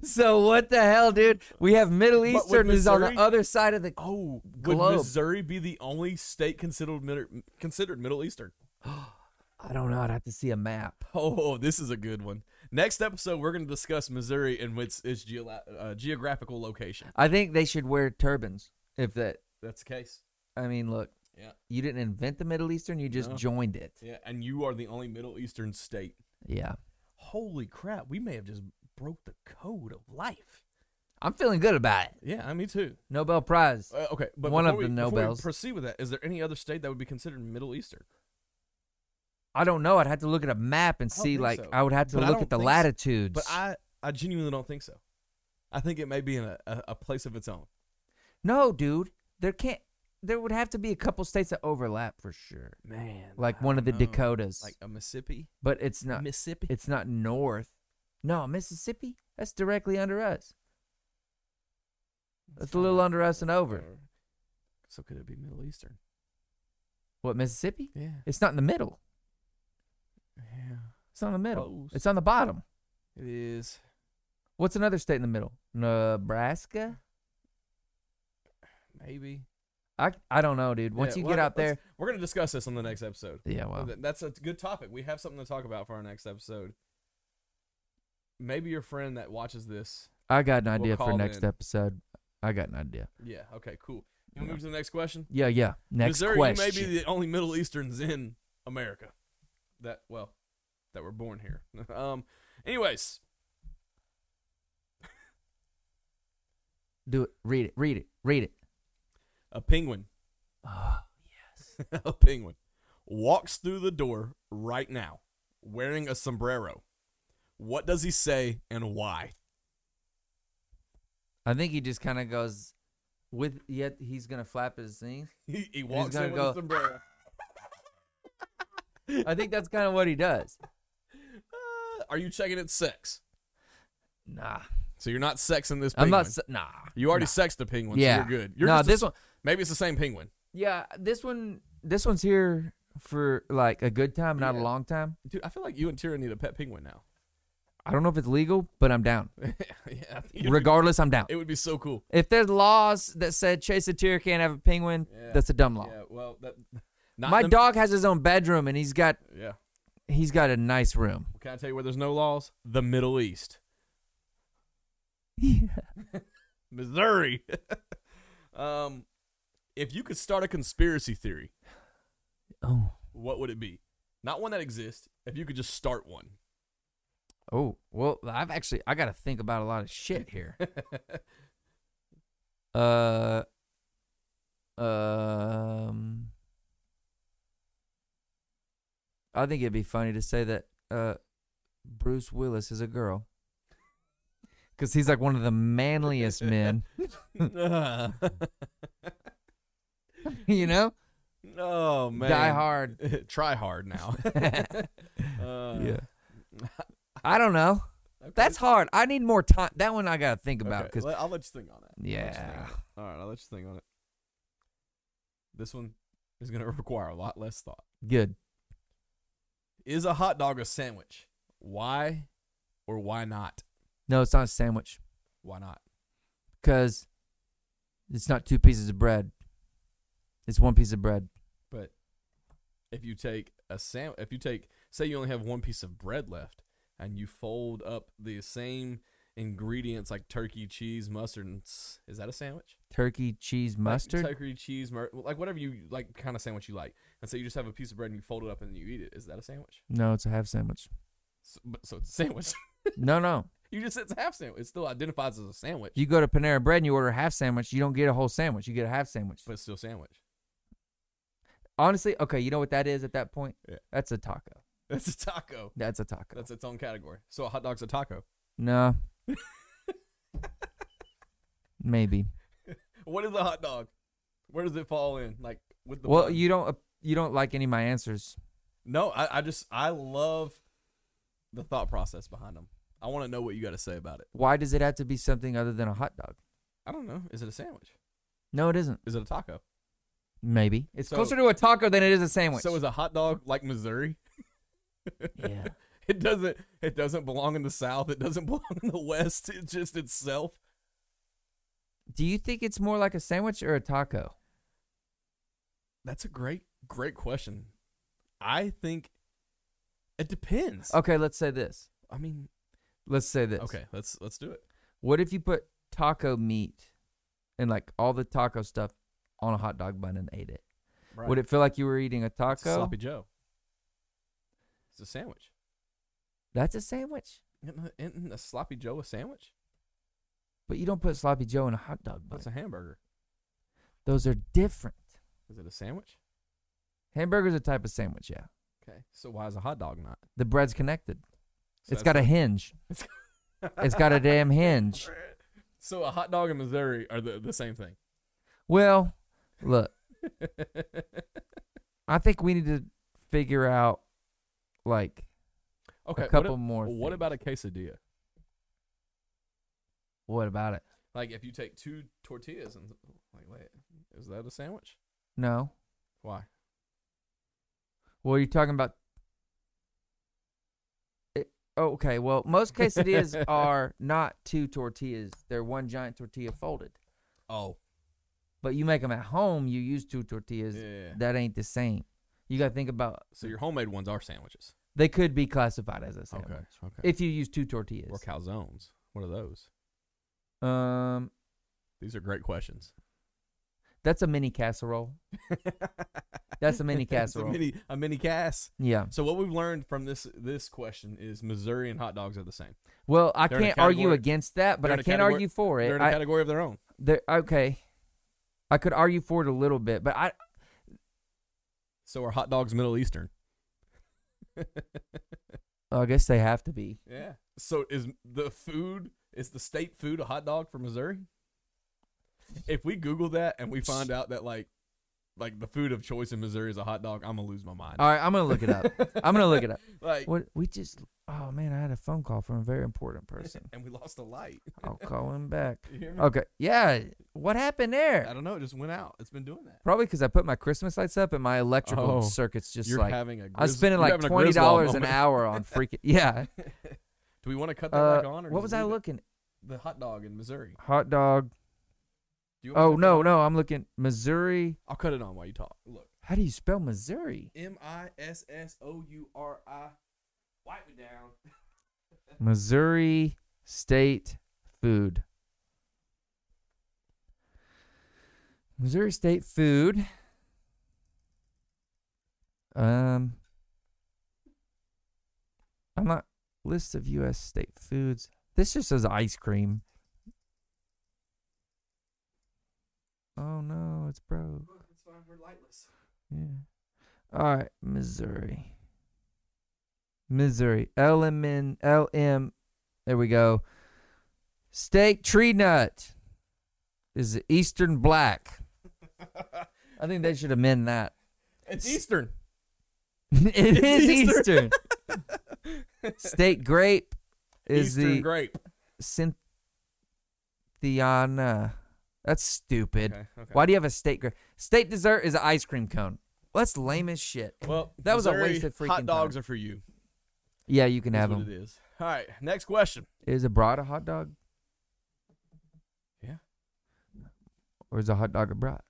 so what the hell, dude? We have Middle But with Eastern is on the Missouri- other side of the. Oh, Globe. would Missouri be the only state considered Mid- considered Middle Eastern? I don't know. I'd have to see a map. Oh, this is a good one. Next episode, we're going to discuss Missouri and its, its geola- uh, geographical location. I think they should wear turbans if that. That's the case. I I mean, look, Yeah. you didn't invent the Middle Eastern, you just No. joined it. Yeah, and you are the only Middle Eastern state. Yeah. Holy crap, we may have just broke the code of life. I'm feeling good about it. Yeah, me too. Nobel Prize. Uh, okay, but One of before we- the Before we Nobels. proceed with that, is there any other state that would be considered Middle Eastern? I don't know. I'd have to look at a map and I don't see. think Like, so. I would have to But I look don't at the think so. latitudes. But I, I genuinely don't think so. I think it may be in a, a, a place of its own. no, dude, there can't. There would have to be a couple states that overlap for sure, Man, like one of the Dakotas. like a Mississippi, but it's not. Mississippi. It's not north. No, Mississippi. That's directly under us. It's a little under us and over. So could it be Middle Eastern? What Mississippi? Yeah, It's not in the middle. yeah, It's not in the middle. Close. It's on the bottom. it is. What's another state in the middle? Nebraska. Maybe I I don't know, dude. Once Yeah, you well, get out there, let's- we're gonna discuss this on the next episode. yeah. Well, Th- That's a good topic. We have something to talk about for our next episode. Maybe your friend that watches this. I got an we'll idea for call next in. episode. I got an idea. Yeah. Okay. Cool. You want to move to the next question? Yeah, yeah. Next Missouri, question. you may be the only Middle Easterns in America that well that were born here. um. Anyways, Do it. Read it. Read it. Read it. a penguin, Oh, a penguin, walks through the door right now, wearing a sombrero. What does he say and why? I think he just kind of goes with. Yet he's gonna flap his thing. He, he walks gonna in with go- a sombrero. I think that's kind of what he does. Uh, are you checking its sex? Nah, So you're not sexing this penguin. I'm not. s- Nah, you already Nah. sexed a penguin. yeah, so you're good. You're nah, just a- this one. Maybe it's the same penguin. Yeah, this one. This one's here for like a good time, not Yeah. a long time. Dude, I feel like you and Tira need a pet penguin now. I don't know if it's legal, but I'm down. yeah, I think it'd be- Regardless, I'm down. it would be so cool. If there's laws that said chase a deer can't have a penguin, Yeah, that's a dumb law. Yeah, well, that not My in- dog has his own bedroom and he's got Yeah, he's got a nice room. can I tell you where there's no laws? The Middle East, Missouri. um, if you could start a conspiracy theory, Oh, what would it be? Not one that exists. If you could just start one, oh. Well, I've actually I got to think about a lot of shit here. uh, um, I think it'd be funny to say that uh, Bruce Willis is a girl, because he's like one of the manliest men. You know, oh man, Die Hard. Try hard now. Uh, I don't know. okay. That's hard. I need more time. That one I gotta think about Okay, because let- I'll let you think on that. I'll let you think Yeah. on it. All right, I'll let you think on it. This one is going to require a lot less thought. good. Is a hot dog a sandwich? Why or why not? No, it's not a sandwich Why not? because it's not two pieces of bread. It's one piece of bread. But if you take a sam if you take say you only have one piece of bread left and you fold up the same ingredients like turkey, cheese, mustard, and s- is that a sandwich? Turkey, cheese, Like mustard. turkey, cheese, mur- like whatever you like kind of sandwich you like. And so you just have a piece of bread and you fold it up and you eat it. Is that a sandwich? no, it's a half sandwich. So, but, so it's a sandwich. no, no. you just said it's a half sandwich. It still identifies as a sandwich, You go to Panera Bread and you order a half sandwich. You don't get a whole sandwich. You get a half sandwich. but it's still a sandwich. Honestly, okay, you know what that is at that point? Yeah. That's a taco. That's a taco. That's a taco. That's its own category. So a hot dog's a taco. no. Maybe. What is a hot dog? Where does it fall in? Like with the well, bun? you don't uh, you don't like any of my answers. no. I, I just I love the thought process behind them. I want to know what you got to say about it. Why does it have to be something other than a hot dog? I don't know. Is it a sandwich? No, it isn't. Is it a taco? Maybe it's So- closer to a taco than it is a sandwich. So is a hot dog like Missouri? yeah. It doesn't. It doesn't belong in the South. It doesn't belong in the West. It just itself. Do you think it's more like a sandwich or a taco? That's a great, great question. I think it depends. Okay, let's say this. I mean, Let's say this. okay, let's let's do it. What if you put taco meat and like all the taco stuff on a hot dog bun and ate it. Right. Would it feel like you were eating a It's a taco? sloppy Joe? It's a sandwich. That's a sandwich, Isn't isn't a sloppy Joe a sandwich? but you don't put sloppy Joe in a hot dog bun. That's a hamburger. Those are different. Is it a sandwich? Hamburger's a type of sandwich, yeah. Okay. So why is a hot dog not? The bread's connected. So it's got a hinge. It's got a damn hinge. So a hot dog in Missouri are the, the same thing. Well, look, I think we need to figure out like Okay. a couple what, a- more. what things. about a quesadilla? what about it? Like if you take two tortillas and like wait, is that a sandwich? No. Why? Well, you're talking about. It- oh, Okay, well, most quesadillas are not two tortillas. They're one giant tortilla folded. Oh, But you make them at home, you use two tortillas. yeah. That ain't the same. You got to think about So your homemade ones are sandwiches. they could be classified as a sandwich Okay. if you use two tortillas. or calzones. What are those? Um, These are great questions. that's a mini casserole. That's a mini It's casserole. a mini a mini cass. Yeah. So what we've learned from this this question is Missouri and hot dogs are the same. Well, I They're in a can't argue category- against that, but they're I in a can't category- argue for They're it. in a I, category of their own. there- okay, I could argue for it a little bit, but I So are hot dogs Middle Eastern? I guess they have to be. Yeah. So is the food is the state food a hot dog for Missouri? If we Google that and we find out that like like the food of choice in Missouri is a hot dog, I'm gonna lose my mind. All right, I'm gonna look it up. I'm gonna look it up. Like What we just? Oh man, I had a phone call from a very important person. and we lost a light. I'll call him back. You hear me? Okay, yeah. What happened Hmm. I there? don't know, it just went out. It's been doing that. Probably because I put my Christmas lights up and my electrical Oh, circuits just You're like having a grizz- I was spending you're like having a twenty Griswold dollars an moment. hour on freaking yeah. Do we want to cut that Uh, back on or what just was I leave it? looking? the hot dog in Missouri? Hot dog. Do you want me Oh to cut that no, on? no, I'm looking Missouri. I'll cut it on while you talk. Look. How do you spell Missouri? M I S S O U R I Wipe it down. Missouri State Food. Missouri State Food. Um, I'm not list of U.S. state foods. This just says ice cream. Oh no, it's broke. That's fine, we're lightless. Yeah. All right, Missouri. Missouri. LMN LM. There we go. Steak tree nut is the Eastern Black. I think they should amend that. It's Eastern. it is Eastern. Eastern. Steak grape is Eastern the grape. Cynthiana. That's stupid. Okay, okay. Why do you have a steak grape? Steak dessert is an ice cream cone. Well, that's lame as shit. Well, That was a Missouri, waste of freaking Hot dogs time. are for you. Yeah, you can have That's what them. it is. All right, next question. Is a brat a hot dog? Yeah. Or is a hot dog a brat?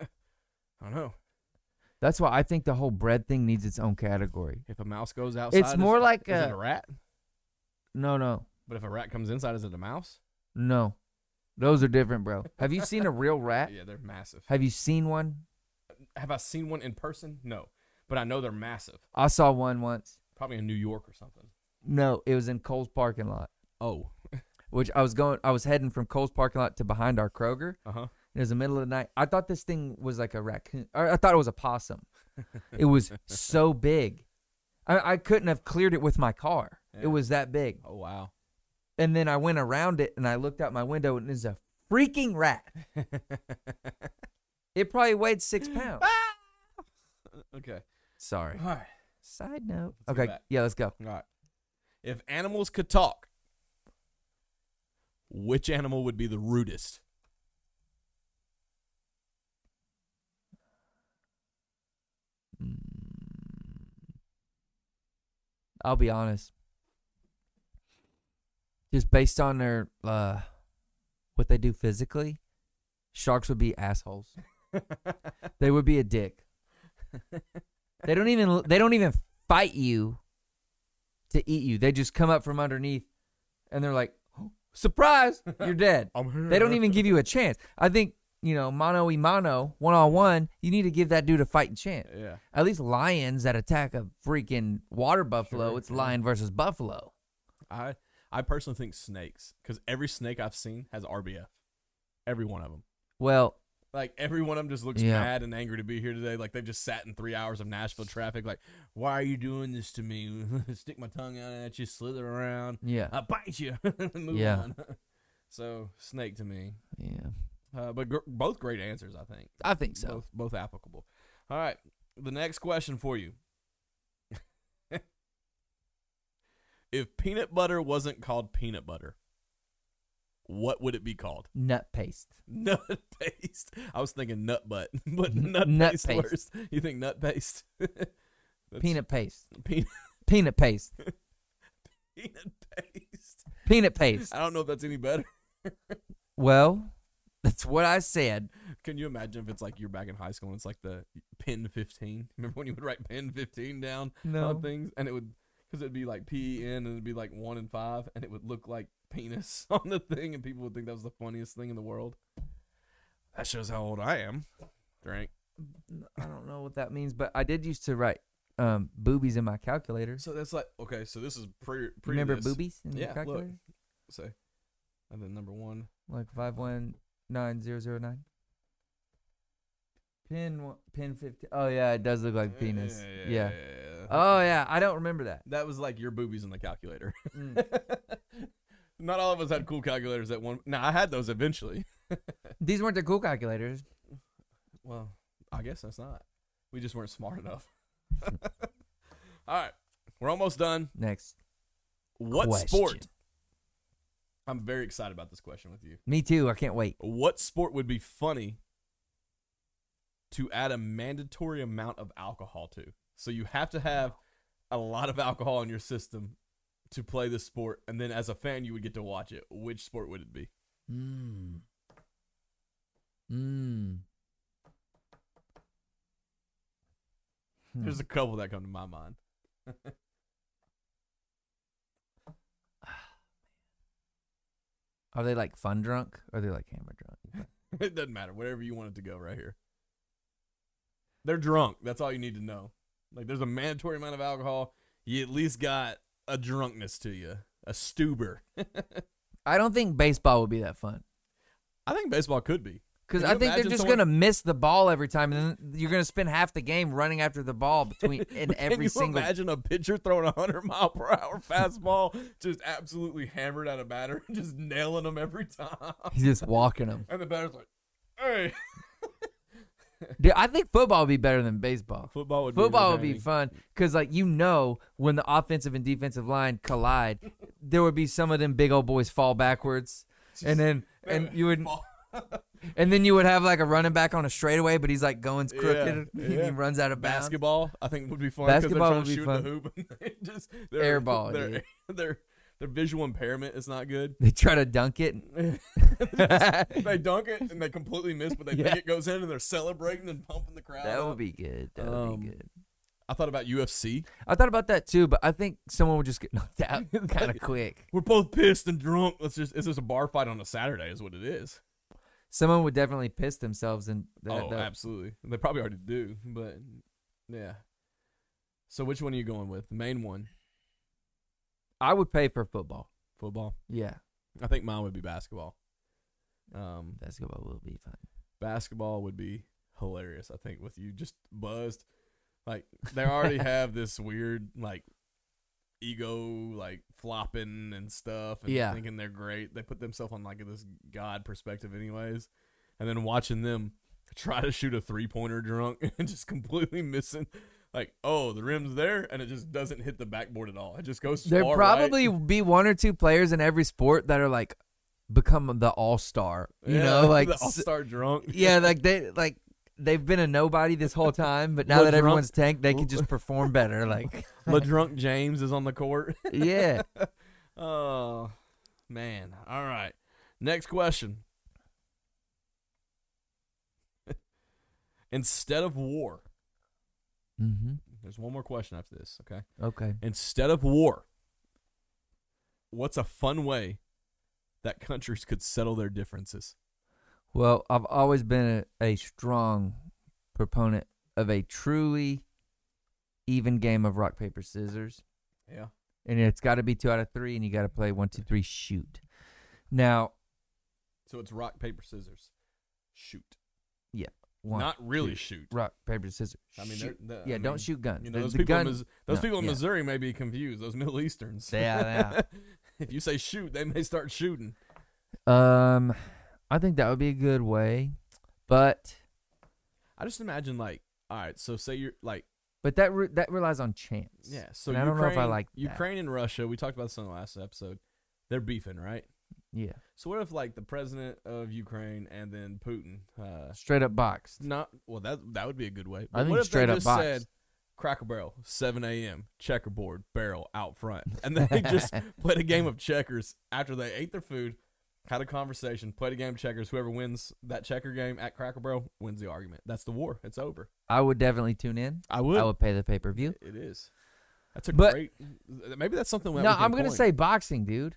I don't know That's why I think the whole bread thing needs its own category. if a mouse goes outside. is- more like is it a- a rat. No, no, But if a rat comes inside, is it a mouse? no. Those are different, bro. Have you seen a real rat? Yeah, they're massive. Have you seen one? Have I seen one in person? No, but I know they're massive. I saw one once. Probably in New York or something. No, it was in Cole's parking lot, Oh, which I was going. I was heading from Cole's parking lot to behind our Kroger. uh huh. It was the middle of the night. I thought this thing was like a raccoon. Or I thought it was a possum. It was so big. I, I couldn't have cleared it with my car. Yeah. It was that big. Oh wow. And then I went around it and I looked out my window and it's a freaking rat. It probably weighed six pounds. Uh, okay. Sorry. All right. Side note. Let's go okay. back. Yeah, let's go. All right. If animals could talk, which animal would be the rudest? I'll be honest. Just based on their uh, what they do physically, sharks would be assholes. they would be a dick. They don't even they don't even fight you to eat you. They just come up from underneath and they're like, "Oh, "Surprise, you're dead." I'm here. They don't even give you a chance. I think you know, mano y mano, one on one, you need to give that dude a fighting chance. Yeah. At least lions that attack a freaking water buffalo, Sure, it's yeah. lion versus buffalo. I I personally think snakes because every snake I've seen has RBF. Every one of them. Well, Like every one of them just looks Yeah. mad and angry to be here today. Like they've just sat in three hours of Nashville traffic. Like, why are you doing this to me? Stick my tongue out at you, slither around. yeah, I bite you. Move Yeah. on. so snake to me, yeah, uh, but gr- both great answers. I think I think so. both both applicable. All right, the next question for you: If peanut butter wasn't called peanut butter, what would it be called? Nut paste. Nut paste. I was thinking nut butt, but nut, Nut paste, paste. worse. You think nut paste? That's- peanut paste. peanut Peanut paste. peanut paste. Peanut paste. I don't know if that's any better. Well, that's what I said. Can you imagine if it's like you're back in high school and it's like the pin fifteen? Remember when you would write pin fifteen down on things and it would because it'd be like P E N and it'd be like one and five and it would look like penis on the thing and people would think that was the funniest thing in the world. That shows how old I am. Drink. I don't know what that means, but I did used to write um, boobies in my calculator. So that's like okay. So this is pre. pre Remember this. boobies in your Yeah, calculator? look. So, and then number one. Like five one nine zero zero nine. Pin one, pin fifty. Oh yeah, it does look like Yeah, penis. yeah, Yeah. yeah, yeah, yeah. Oh yeah, I don't remember that. That was like your boobies in the calculator. Mm. Not all of us had cool calculators at one. Now I had those eventually. These weren't the cool calculators. Well, I guess that's not. We just weren't smart enough. all right, we're almost done. Next, What sport? Question. I'm very excited about this question with you. me too. I can't wait. What sport would be funny to add a mandatory amount of alcohol to? So you have to have a lot of alcohol in your system to play this sport, and then as a fan, you would get to watch it. Which sport would it be? Mm. Mm. Hmm. There's a couple that come to my mind. Are they like fun drunk? Or are they like hammer drunk? it doesn't matter. Whatever you want it to go right here. They're drunk. That's all you need to know. Like, there's a mandatory amount of alcohol. You at least got a drunkenness to you, a stuber. I don't think baseball would be that fun. I think baseball could be. Because Can I you think they're imagine just someone- gonna miss the ball every time, and then you're gonna spend half the game running after the ball between in But can every you single. imagine a pitcher throwing a hundred mile per hour fastball, just absolutely hammered at a batter, just nailing him every time, He's just walking them. and the batter's like, "Hey." Dude, I think football would be better than baseball. Football would Football would be fun because, like, you know, when the offensive and defensive line collide, there would be some of them big old boys fall backwards, and then and you would and then you would have like a running back on a straightaway, but he's like going crooked and yeah. he runs out of bounds. basketball. I think would be fun. 'cause Basketball they're trying would to be shoot fun. The hoop and they just Air ball, Their, dude. their their visual impairment is not good. They try to dunk it. that They dunk it and they completely miss, but they Yeah. think it goes in and they're celebrating and pumping the crowd. up. would be good. That would Um, be good. I thought about UFC. I thought about that too, but I think someone would just get knocked out kind of quick. We're both pissed and drunk. Let's just it's just a bar fight on a Saturday is what it is. Someone would definitely piss themselves and that, oh, that- absolutely. They probably already do, but yeah. So which one are you going with? The main one, I would pay for football. football. Yeah, I think mine would be basketball. Um, basketball will be fun. basketball would be hilarious. I think with you just buzzed, like they already have this weird like ego like flopping and stuff, and Yeah. thinking they're great. They put themselves on like this god perspective, anyways, and then watching them try to shoot a three pointer drunk and just completely missing. Like, oh, the rim's there, and it just doesn't hit the backboard at all. It just goes. There far probably right. be one or two players in every sport that are like become the all star. You Yeah, know, like the s- all-star drunk. yeah, like they like they've been a nobody this whole time, but now Well, that drunk- everyone's tanked, they can just perform better. Like the drunk James is on the court. yeah, Oh, man. All right. Next question. Instead of war, mm-hmm. there's one more question after this, okay? okay. Instead of war, what's a fun way that countries could settle their differences? Well, I've always been a, a strong proponent of a truly even game of rock, paper, scissors. Yeah. And it's got to be two out of three, and you got to play one, two, three, shoot. Now, So it's rock, paper, scissors. Shoot. one, Not really two, shoot. rock, paper, scissors. I mean, shoot. they're- they're- I yeah, mean, don't shoot guns. You The- know, those the people, in gun- Mis- those no, people in yeah. Missouri may be confused. Those Middle Easterns. Yeah, if you say shoot, they may start shooting. Um, I think that would be a good way, but I just imagine like, all right, so say you're like, but that re- that relies on chance. yeah, so And I Ukraine, don't know if I like that. Ukraine and Russia. We talked about this on the last episode. They're beefing, right? yeah, So what if like the president of Ukraine and then Putin? Uh, straight up boxed. not well. That that would be a good way. I think what if straight they up just boxed. said Cracker Barrel, 7 a.m. Checkerboard barrel out front, and they just played a game of checkers after they ate their food, had a conversation, played a game of checkers. Whoever wins that checker game at Cracker Barrel wins the argument. That's the war. It's over. I would definitely tune in. I would. I would pay the pay per view. It is. That's a But- great. Maybe that's something. That No, we can I'm gonna coin. say boxing, dude.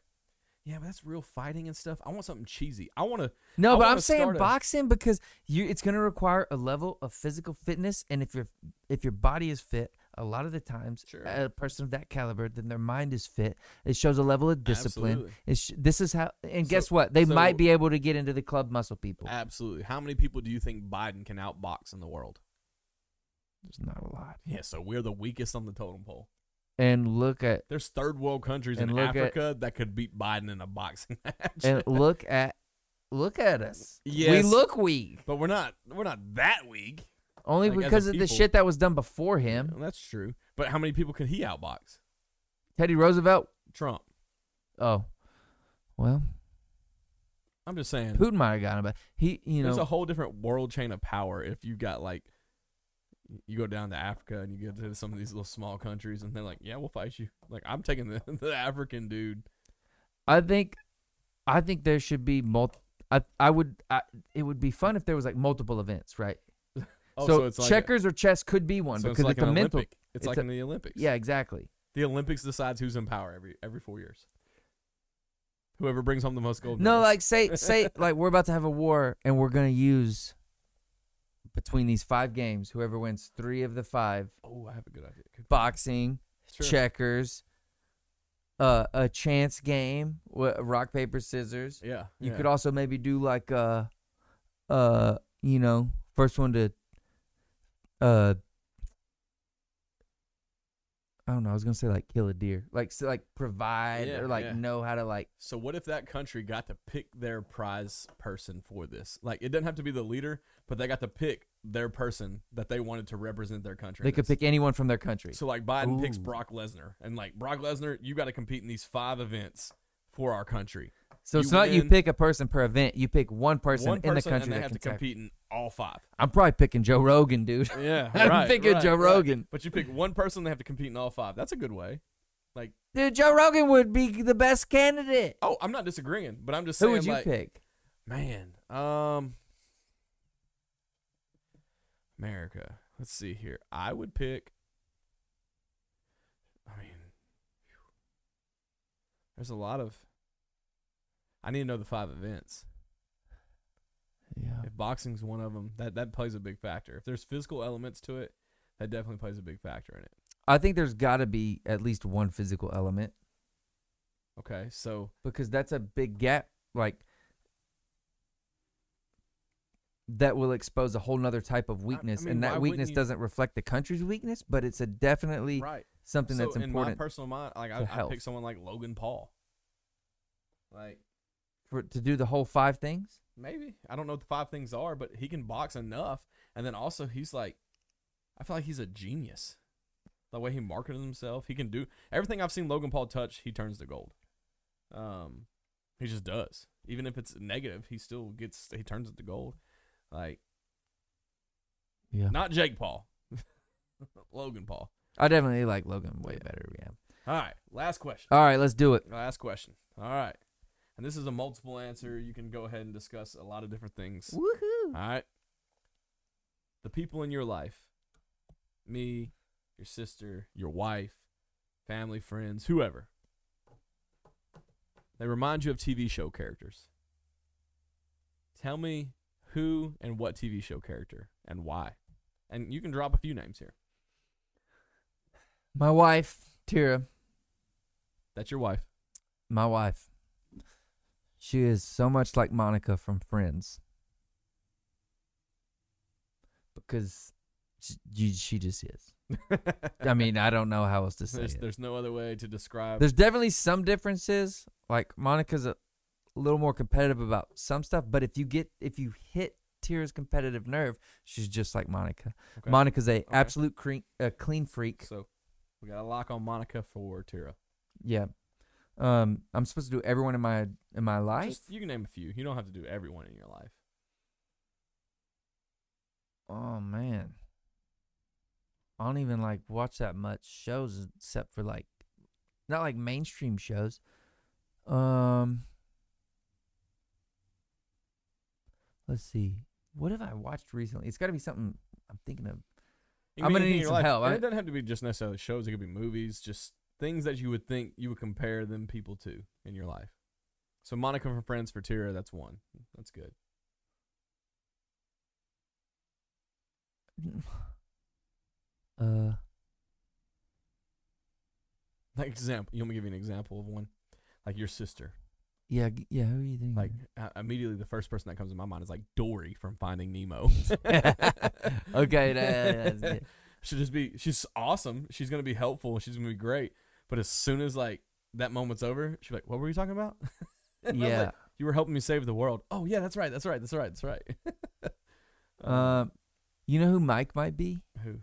Yeah, but that's real fighting and stuff. I want something cheesy. I want to. No, I but wanna I'm saying start a- boxing because you it's gonna require a level of physical fitness, and if your if your body is fit, a lot of the times Sure. a person of that caliber, then their mind is fit. It shows a level of discipline. Absolutely. It sh- this is how, and So- guess what? They so- might be able to get into the club muscle people. Absolutely. How many people do you think Biden can outbox in the world? There's not a lot. Yeah, so we're the weakest on the totem pole. And look at There's third world countries And in look at- Africa that could beat Biden in a boxing match. and look at look at us. We Yes. look weak but we're not we're not that weak. only Like, as a because of the people. shit that was done before him. That's true. But how many people could he outbox? Teddy Roosevelt. Trump. Oh, well, I'm just saying. Putin might have gotten him, but he, you there's a know, whole different world chain of power if you got like you go down to Africa and you get to some of these little small countries and they're like, Yeah, we'll fight you. Like I'm taking the, the African dude. I think, I think there should be multi. I, I would I, it would be fun if there was like multiple events, right? so, Oh, so, it's like a- checkers or chess could be one so because it's like it's a an mental. Olympic. It's, it's like a- in the Olympics. Yeah, exactly. The Olympics decides who's in power every every four years. Whoever brings home the most gold. No, medals. like say say like we're about to have a war and we're gonna use between these five games, whoever wins three of the five, oh, I have a good idea. Good- boxing, Sure. checkers, uh, a chance game, wha- rock paper scissors. Yeah, You yeah. could also maybe do like uh, uh, you know, first one to uh. I don't know. I was gonna say like kill a deer, like s like provide Yeah, or like yeah. know how to like So what if that country got to pick their prize person for this? Like it doesn't have to be the leader, but they got to pick their person that they wanted to represent their country. they in could this. pick anyone from their country. So like Biden picks Ooh. Brock Lesnar, and like Brock Lesnar, you got to compete in these five events for our country. So it's You not you win. pick a person per event. You pick one person, One person, in the country and they that have can to tackle. compete in all five. I'm probably picking Joe Rogan, dude. Yeah, I'm thinking Joe Rogan. But you pick one person, they have to compete in all five. That's a good way. Like, Dude, Joe Rogan would be the best candidate. oh, I'm not disagreeing, but I'm just saying, Who would you like, pick? man, um, America. Let's see here. I would pick. I mean, phew. there's a lot of. I need to know the five events. Yeah. If boxing's one of them, that that plays a big factor. If there's physical elements to it, that definitely plays a big factor in it. I think there's got to be at least one physical element Okay, so because that's a big gap. Like that will expose a whole nother type of weakness, mean, and why that wouldn't weakness you- doesn't reflect the country's weakness, but it's a definitely right. something so that's in my important personal mind, like to I, I health. pick someone like Logan Paul. Like for, to do the whole five things. maybe I don't know what the five things are, but he can box enough, and then also he's like, I feel like he's a genius. The way he marketed himself, he can do everything I've seen Logan Paul touch. He turns to gold. Um, he just does. Even if it's negative, he still gets. He turns it to gold. Like Yeah. not Jake Paul, Logan Paul. I definitely like Logan way better. Yeah. All right, last question. All right, let's do it. Last question. All right. And this is a multiple answer. You can go ahead and discuss a lot of different things. Woohoo! All right. The people in your life me, your sister, your wife, family, friends, whoever. They remind you of TV show characters. Tell me who and what TV show character and why? And you can drop a few names here. My wife, Tira, That's your wife. my wife. She is so much like Monica from Friends. Because she, you- she just is. I mean, I don't know how else to say there's, it. there's no other way to describe. There's definitely some differences. Like Monica's a little more competitive about some stuff, but if you get if you hit Tira's competitive nerve, she's just like Monica. Okay. Monica's a absolute clean, uh, clean freak. So we got a lock on Monica for Tira. Yeah. Um, I'm supposed to do everyone in my in my life. Just, you can name a few. You don't have to do everyone in your life. Oh man. I don't even like watch that much shows except for like not like mainstream shows. Um Let's see. What have I watched recently? It's got to be something I'm thinking of. It can I'm be gonna anything in need your some life. help. And I- it doesn't have to be just necessarily shows. It could be movies, just things that you would think you would compare them people to in your life. So Monica from Friends for Tira, that's one. That's good. Uh Like example, you want me to give you an example of one? Like your sister. yeah, g- yeah, who are you thinking? Like uh, immediately, the first person that comes to my mind is like Dory from Finding Nemo. Okay, that- that's it. She'll just be. She's awesome. She's gonna be helpful. She's gonna be great. But as soon as like that moment's over, she's like, "What were you talking about?" And I was yeah. like, you were helping me save the world. Oh yeah, that's right. That's right. That's right. That's right. uh. Um you know who Mike might be? who?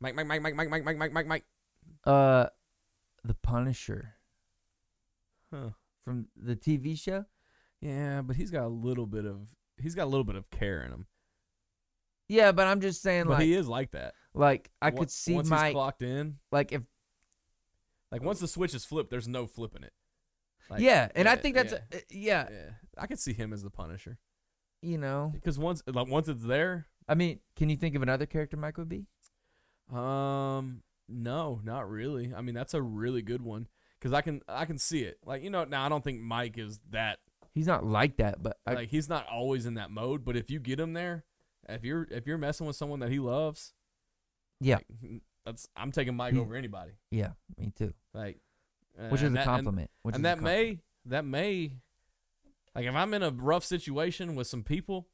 Mike, Mike, Mike, Mike, Mike, Mike, Mike, Mike, Mike, Mike. Uh the Punisher Huh. from the TV show? Yeah, but he's got a little bit of he's got a little bit of care in him. Yeah, but I'm just saying but like he is like that. Like I Once- could see once he's Mike. clocked in. Like if Like once the switch is flipped, there's no flipping it. Like, yeah, and I yeah, think that's yeah, uh, yeah. yeah. I could see him as the Punisher You know, because once like once it's there, I mean, can you think of another character Mike would be? Um, no, not really. I mean, that's a really good one because I can I can see it. Like you know, now I don't think Mike is that He's not like that, but I, like he's not always in that mode. But if you get him there, if you're if you're messing with someone that he loves, yeah, like, that's I'm taking Mike He- over anybody. yeah, me too. Like, Which is and a that- and- compliment. which and is a that may that may like if I'm in a rough situation with some people,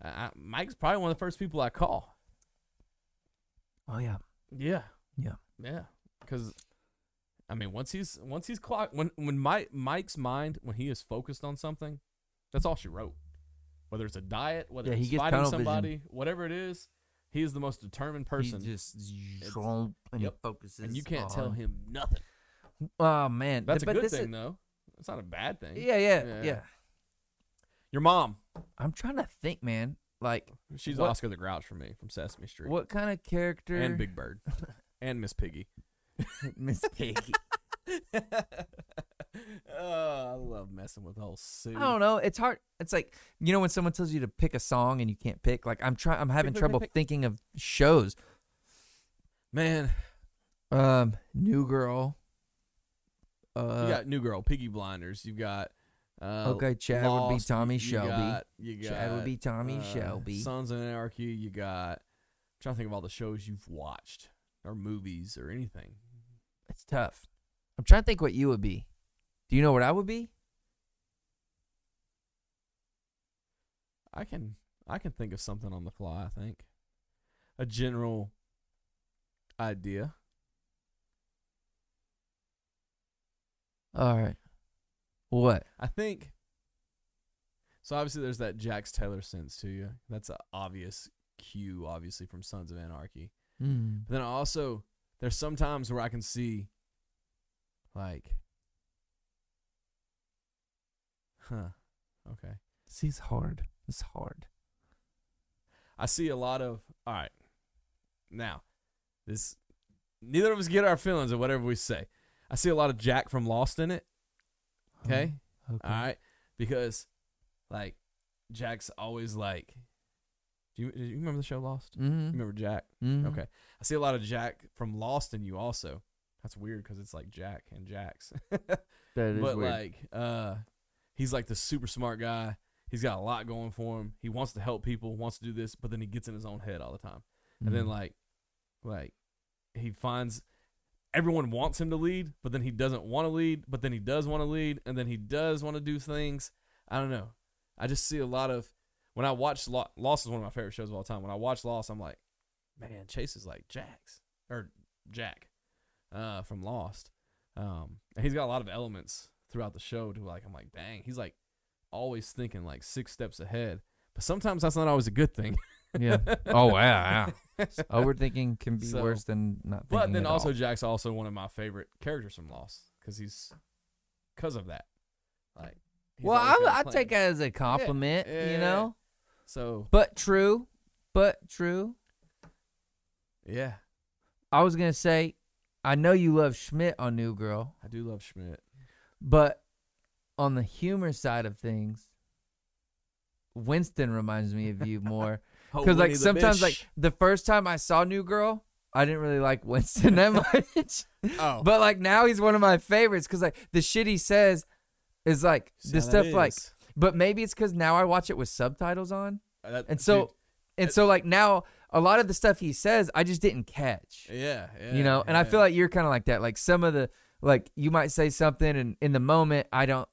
I, I- Mike's probably one of the first people I call. compliment. Oh yeah, Yeah. Yeah. Yeah. Because, I mean, once he's once he's clocked, when when Mike Mike's mind when he is focused on something, that's all she wrote. Whether it's a diet, whether Yeah, he it's gets fighting tunnel vision. somebody, whatever it is, he is the most determined person, just he yep. focuses, and you can't tell him nothing. Oh man, That's but a good this thing, Is, though. It's not a bad thing. yeah, yeah, yeah, Yeah. Your mom, I'm trying to think, man. Like she's What- Oscar the Grouch for me from Sesame Street, what kind of character? and Big Bird, and Miss Piggy. Miss Piggy. oh, I love messing with old Sue. I don't know. It's hard. It's like you know when someone tells you to pick a song and you can't pick. Like I'm trying. I'm having pick, pick, trouble pick. thinking of shows. Man, Um, New Girl. Uh, you got New Girl, Piggy Blinders. You've got uh, okay, Chad would be Lost, Tommy you Shelby. Got, you got Chad would be Tommy uh, Shelby. Sons of Anarchy. You got. I'm trying to think of all the shows you've watched or movies or anything. It's tough. I'm trying to think what you would be. Do you know what I would be? I can I can think of something on the fly. I think a general idea. All right. What? I think. So obviously, there's that Jax Taylor sense to you. That's an obvious cue, obviously, from Sons of Anarchy. Mm. But then I also there's some times where I can see like huh okay. See, it's hard. It's hard. I see a lot of all right. Now, this neither of us get our feelings or whatever we say. I see a lot of Jack from Lost in it. Okay? Um, okay. All right, because like Jack's always like do you, do you remember the show Lost? You Mm-hmm. remember Jack? Mm-hmm. Okay. I see a lot of Jack from Lost in you also. That's weird because it's like Jack and Jax. That is but weird. like, uh, he's like the super smart guy. He's got a lot going for him. He wants to help people, wants to do this, but then he gets in his own head all the time. And then Mhm. like like he finds everyone wants him to lead, but then he doesn't want to lead, but then he does want to lead, and then he does want to do things. I don't know. I just see a lot of when I watch Lo- Lost is one of my favorite shows of all time. When I watch Lost, I'm like, man, Chase is like Jax or Jack uh, from Lost, um, and he's got a lot of elements throughout the show. To like, I'm like, dang, he's like always thinking like six steps ahead. But sometimes that's not always a good thing. yeah. Oh wow. wow. Overthinking can be So- worse than not thinking. But then at also all. Jack's also one of my favorite characters from Lost because he's because of that. Like, he's well, always got a I, I plan. take it as a compliment, yeah, you know. So But true, but true. yeah, I was gonna say, I know you love Schmidt on New Girl, I do love Schmidt. but on the humor side of things, Winston reminds me of you more Oh, because, like, sometimes, like the first time I saw New Girl, I didn't really like Winston that much. oh, But like now he's one of my favorites because like the shit he says is like the stuff like. But maybe it's because now I watch it with subtitles on, and so and so like now a lot of the stuff he says I just didn't catch, yeah, yeah, you know. And I yeah. feel like you're kind of like that. Like some of the like you might say something and in the moment I don't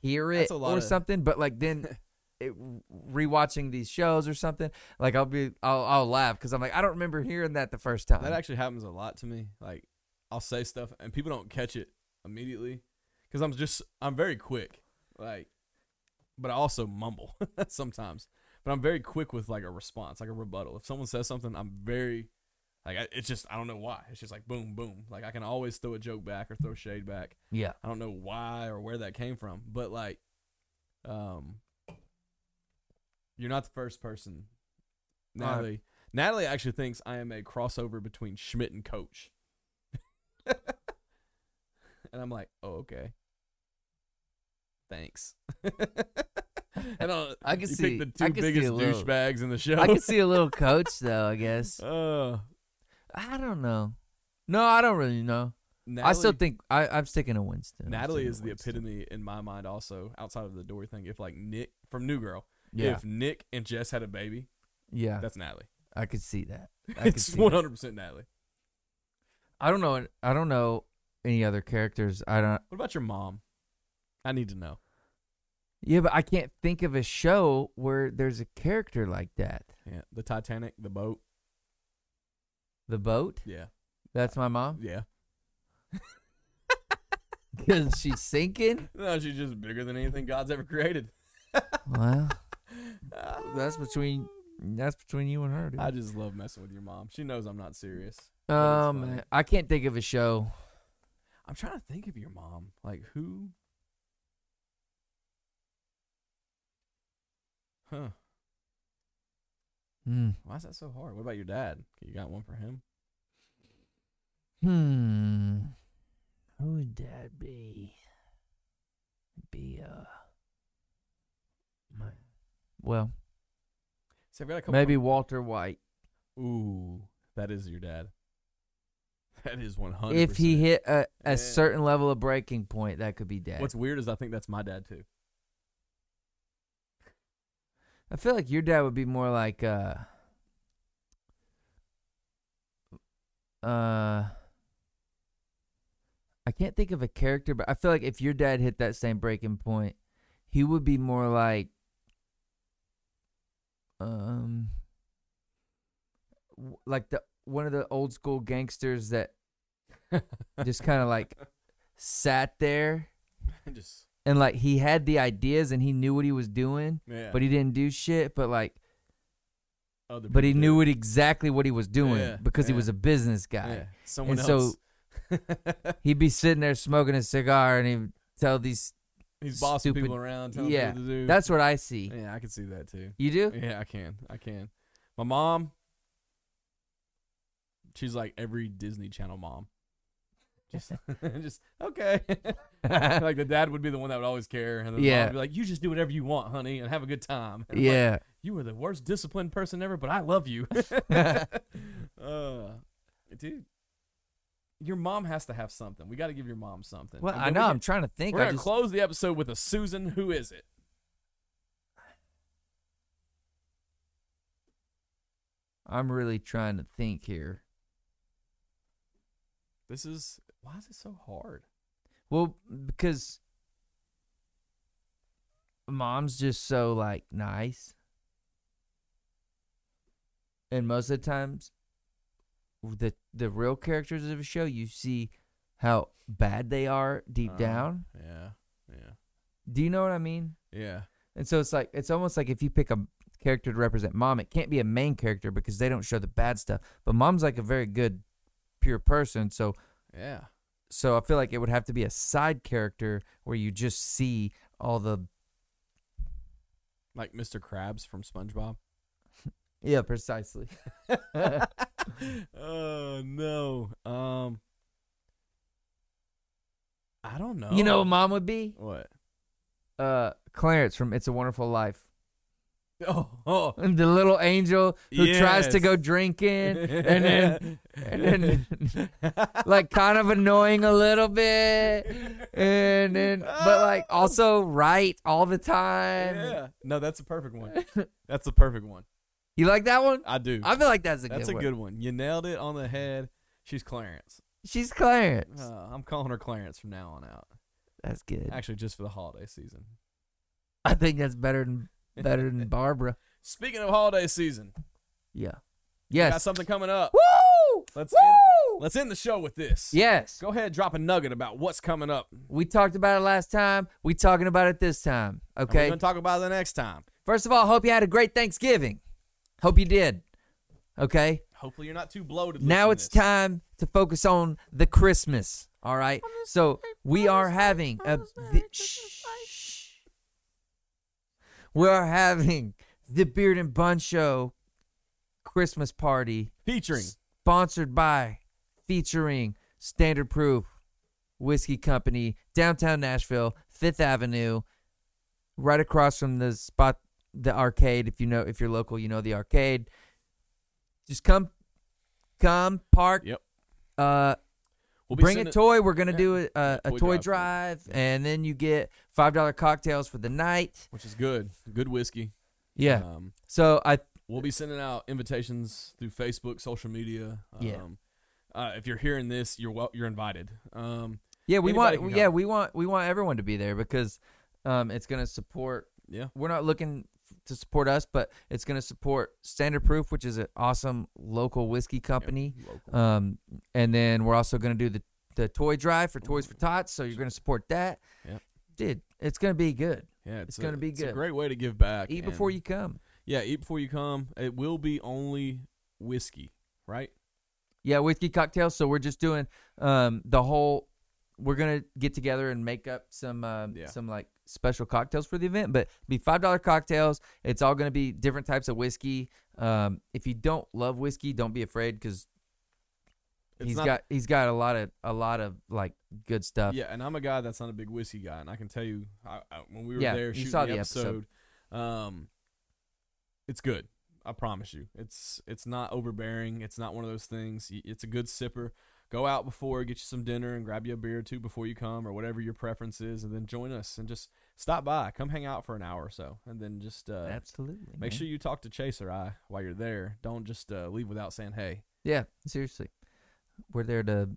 hear it That's a lot or of- something, but like then. It, rewatching these shows or something like I'll be I'll, I'll laugh because I'm like I don't remember hearing that the first time. That actually happens a lot to me. Like I'll say stuff and people don't catch it immediately because I'm just I'm very quick. Like, but I also mumble sometimes. But I'm very quick with like a response, like a rebuttal. If someone says something, I'm very like I, it's just I don't know why. It's just like boom, boom. Like I can always throw a joke back or throw shade back. yeah, I don't know why or where that came from, but like, um, you're not the first person. Right. Natalie, Natalie actually thinks I am a crossover between Schmidt and Coach, and I'm like, oh okay, thanks. and I'll, I can you see- pick the I two can see biggest a little- douchebags in the show. I can see a little coach though. I guess Uh, I don't know. No, I don't really know. I still Uh, Natalie- think I, I'm sticking to Winston. I'm Natalie sticking is to the Winston. epitome in my mind. Also, outside of the Dory thing, if like Nick from New Girl. Yeah, If Nick and Jess had a baby, yeah, that's Natalie. I could see that. I could It's see one that. hundred percent Natalie. I don't know. I don't know any other characters. I don't. What about your mom? I need to know. Yeah, but I can't think of a show where there's a character like that. Yeah, the Titanic, the boat. The boat. Yeah, That's my mom yeah. because she's sinking. No, she's just bigger than anything God's ever created. Well, Ah. that's between that's between you and her. Dude. I just love messing with your mom. She knows I'm not serious. but it's um, funny. I can't think of a show. I'm trying to think of your mom. Like who? Huh? Hmm. Why is that so hard? What about your dad? You got one for him? Hmm. Who would that be? Be uh. my- Well, See, I've got a couple. maybe Walter White Ooh, that is your dad. That is one hundred. if he hit a, a Yeah. certain level of breaking point, that could be dead. What's weird is I think that's my dad too. I feel like your dad would be more like uh. Uh. I can't think of a character, but I feel like if your dad hit that same breaking point, he would be more like. Um. w- Like the one of the old school gangsters that just kind of like sat there just and like he had the ideas and he knew what he was doing, yeah. but he didn't do shit. But like Other but he people knew do. what exactly what he was doing Yeah, because he yeah. was a business guy. Yeah. Someone And so- else. He'd be sitting there smoking a cigar and he'd tell these. He's bossing people stupid- around, telling yeah, people what to do. That's what I see. yeah, I can see that too. You do? Yeah, I can. I can. My mom. She's like every Disney Channel mom. Just, just okay. like the dad would be the one that would always care, and the mom Yeah. would be like, "You just do whatever you want, honey, and have a good time." And I'm like, yeah. you are the worst disciplined person ever, but I love you. uh, dude, your mom has to have something. We got to give your mom something. well, And I when know. We I'm trying to get, think. we're I gonna just. close the episode with a Susan. Who is it? I'm really trying to think here. This is why is it so hard? Well, because mom's just so like nice. And most of the times the the real characters of a show you see how bad they are deep Uh, down. Yeah. Yeah. Do you know what I mean? Yeah. And so it's like it's almost like if you pick a character to represent mom, it can't be a main character because they don't show the bad stuff. But mom's like a very good pure person, so Yeah. so I feel like it would have to be a side character where you just see all the Like Mr. Krabs from SpongeBob. yeah precisely. oh no. Um I don't know. You know what mom would be? what? Uh, Clarence from It's a Wonderful Life, Oh, oh. and the little angel who tries to Yes. go drinking and then and then like kind of annoying a little bit, and then but like also right all the time. Yeah. No, that's a perfect one. That's a perfect one. You like that one? I do. I feel like that's a that's good a one. good one. You nailed it on the head. She's Clarence. She's Clarence. Uh, I'm calling her Clarence from now on out. that's good. Actually, just for the holiday season. I think that's better than better than Barbara. Speaking of holiday season, Yeah. we got Yes. something coming up. Woo! Let's Woo! end, let's end the show with this. yes. Go ahead, drop a nugget about what's coming up. and We talked about it last time. We talking about it this time. We're Okay. gonna talk about it the next time. First of all, hope you had a great Thanksgiving. Hope you did. Okay. Hopefully, you're not too bloated. now listening it's to this. time to focus on the Christmas. All right. So we are having a. The, shh. we are having the Beard and Bun Show Christmas party featuring sponsored by featuring Standard Proof Whiskey Company, downtown Nashville, Fifth Avenue, right across from the spot, the arcade. If you know, if you're local, you know the arcade. Just come, come park. Yep. Uh, We'll be bring a sending- toy. We're gonna yeah. do a, a, a toy, Toy drive for- drive, and then you get five dollar cocktails for the night. which is good. Good whiskey. Yeah. Um, So I we'll be sending out invitations through Facebook, social media. Um, Yeah. Uh, if you're hearing this, you're well, you're invited. Um, Yeah, we Anybody want can yeah, come. we want we want everyone to be there because um it's going to support Yeah. We're not looking to support us, but it's going to support Standard Proof, which is an awesome local whiskey company. local. Um and then we're also going to do the the toy drive for Toys for Tots, so you're going to support that. Yep. Dude, it's going to be good. yeah, it's a- gonna be it's A good. great way to give back. Eat before and- you come. Yeah, eat before you come. It will be only whiskey, right? Yeah, whiskey cocktails, so we're just doing um the whole we're going to get together and make up some um, Yeah. some like special cocktails for the event, but it'll be five dollar cocktails. It's all going to be different types of whiskey. Um, if you don't love whiskey, don't be afraid because It's he's not- got he's got a lot of a lot of like good stuff. Yeah, and I'm a guy that's not a big whiskey guy, and I can tell you, I, I, when we were Yeah, there you shooting saw the the episode, episode. um, it's good. I promise you, it's it's not overbearing. It's not one of those things. Y- It's a good sipper. Go out before, get you some dinner, and grab you a beer or two before you come, or whatever your preference is, and then join us and just stop by. Come hang out for an hour or so, and then just uh, Absolutely. make man. sure you talk to Chase or I while you're there. Don't just uh, leave without saying hey. Yeah, seriously. We're there to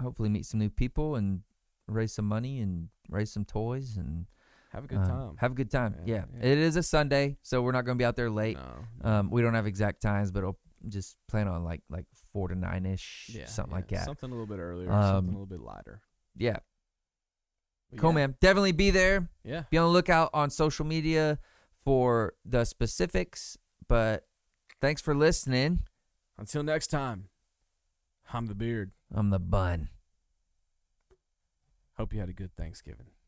hopefully meet some new people and raise some money and raise some toys and Have a good uh, time. Have a good time. Yeah, Yeah, yeah. It is a Sunday, so we're not going to be out there late. No. Um, we don't have exact times, but I'll just plan on like like four to nine ish, Yeah, something yeah, like that. Something a little bit earlier, Um, something a little bit lighter. yeah, But cool, yeah, man. Definitely be there. Yeah. Be on the lookout on social media for the specifics. But thanks for listening. Until next time, I'm the beard. I'm the bun. Hope you had a good Thanksgiving.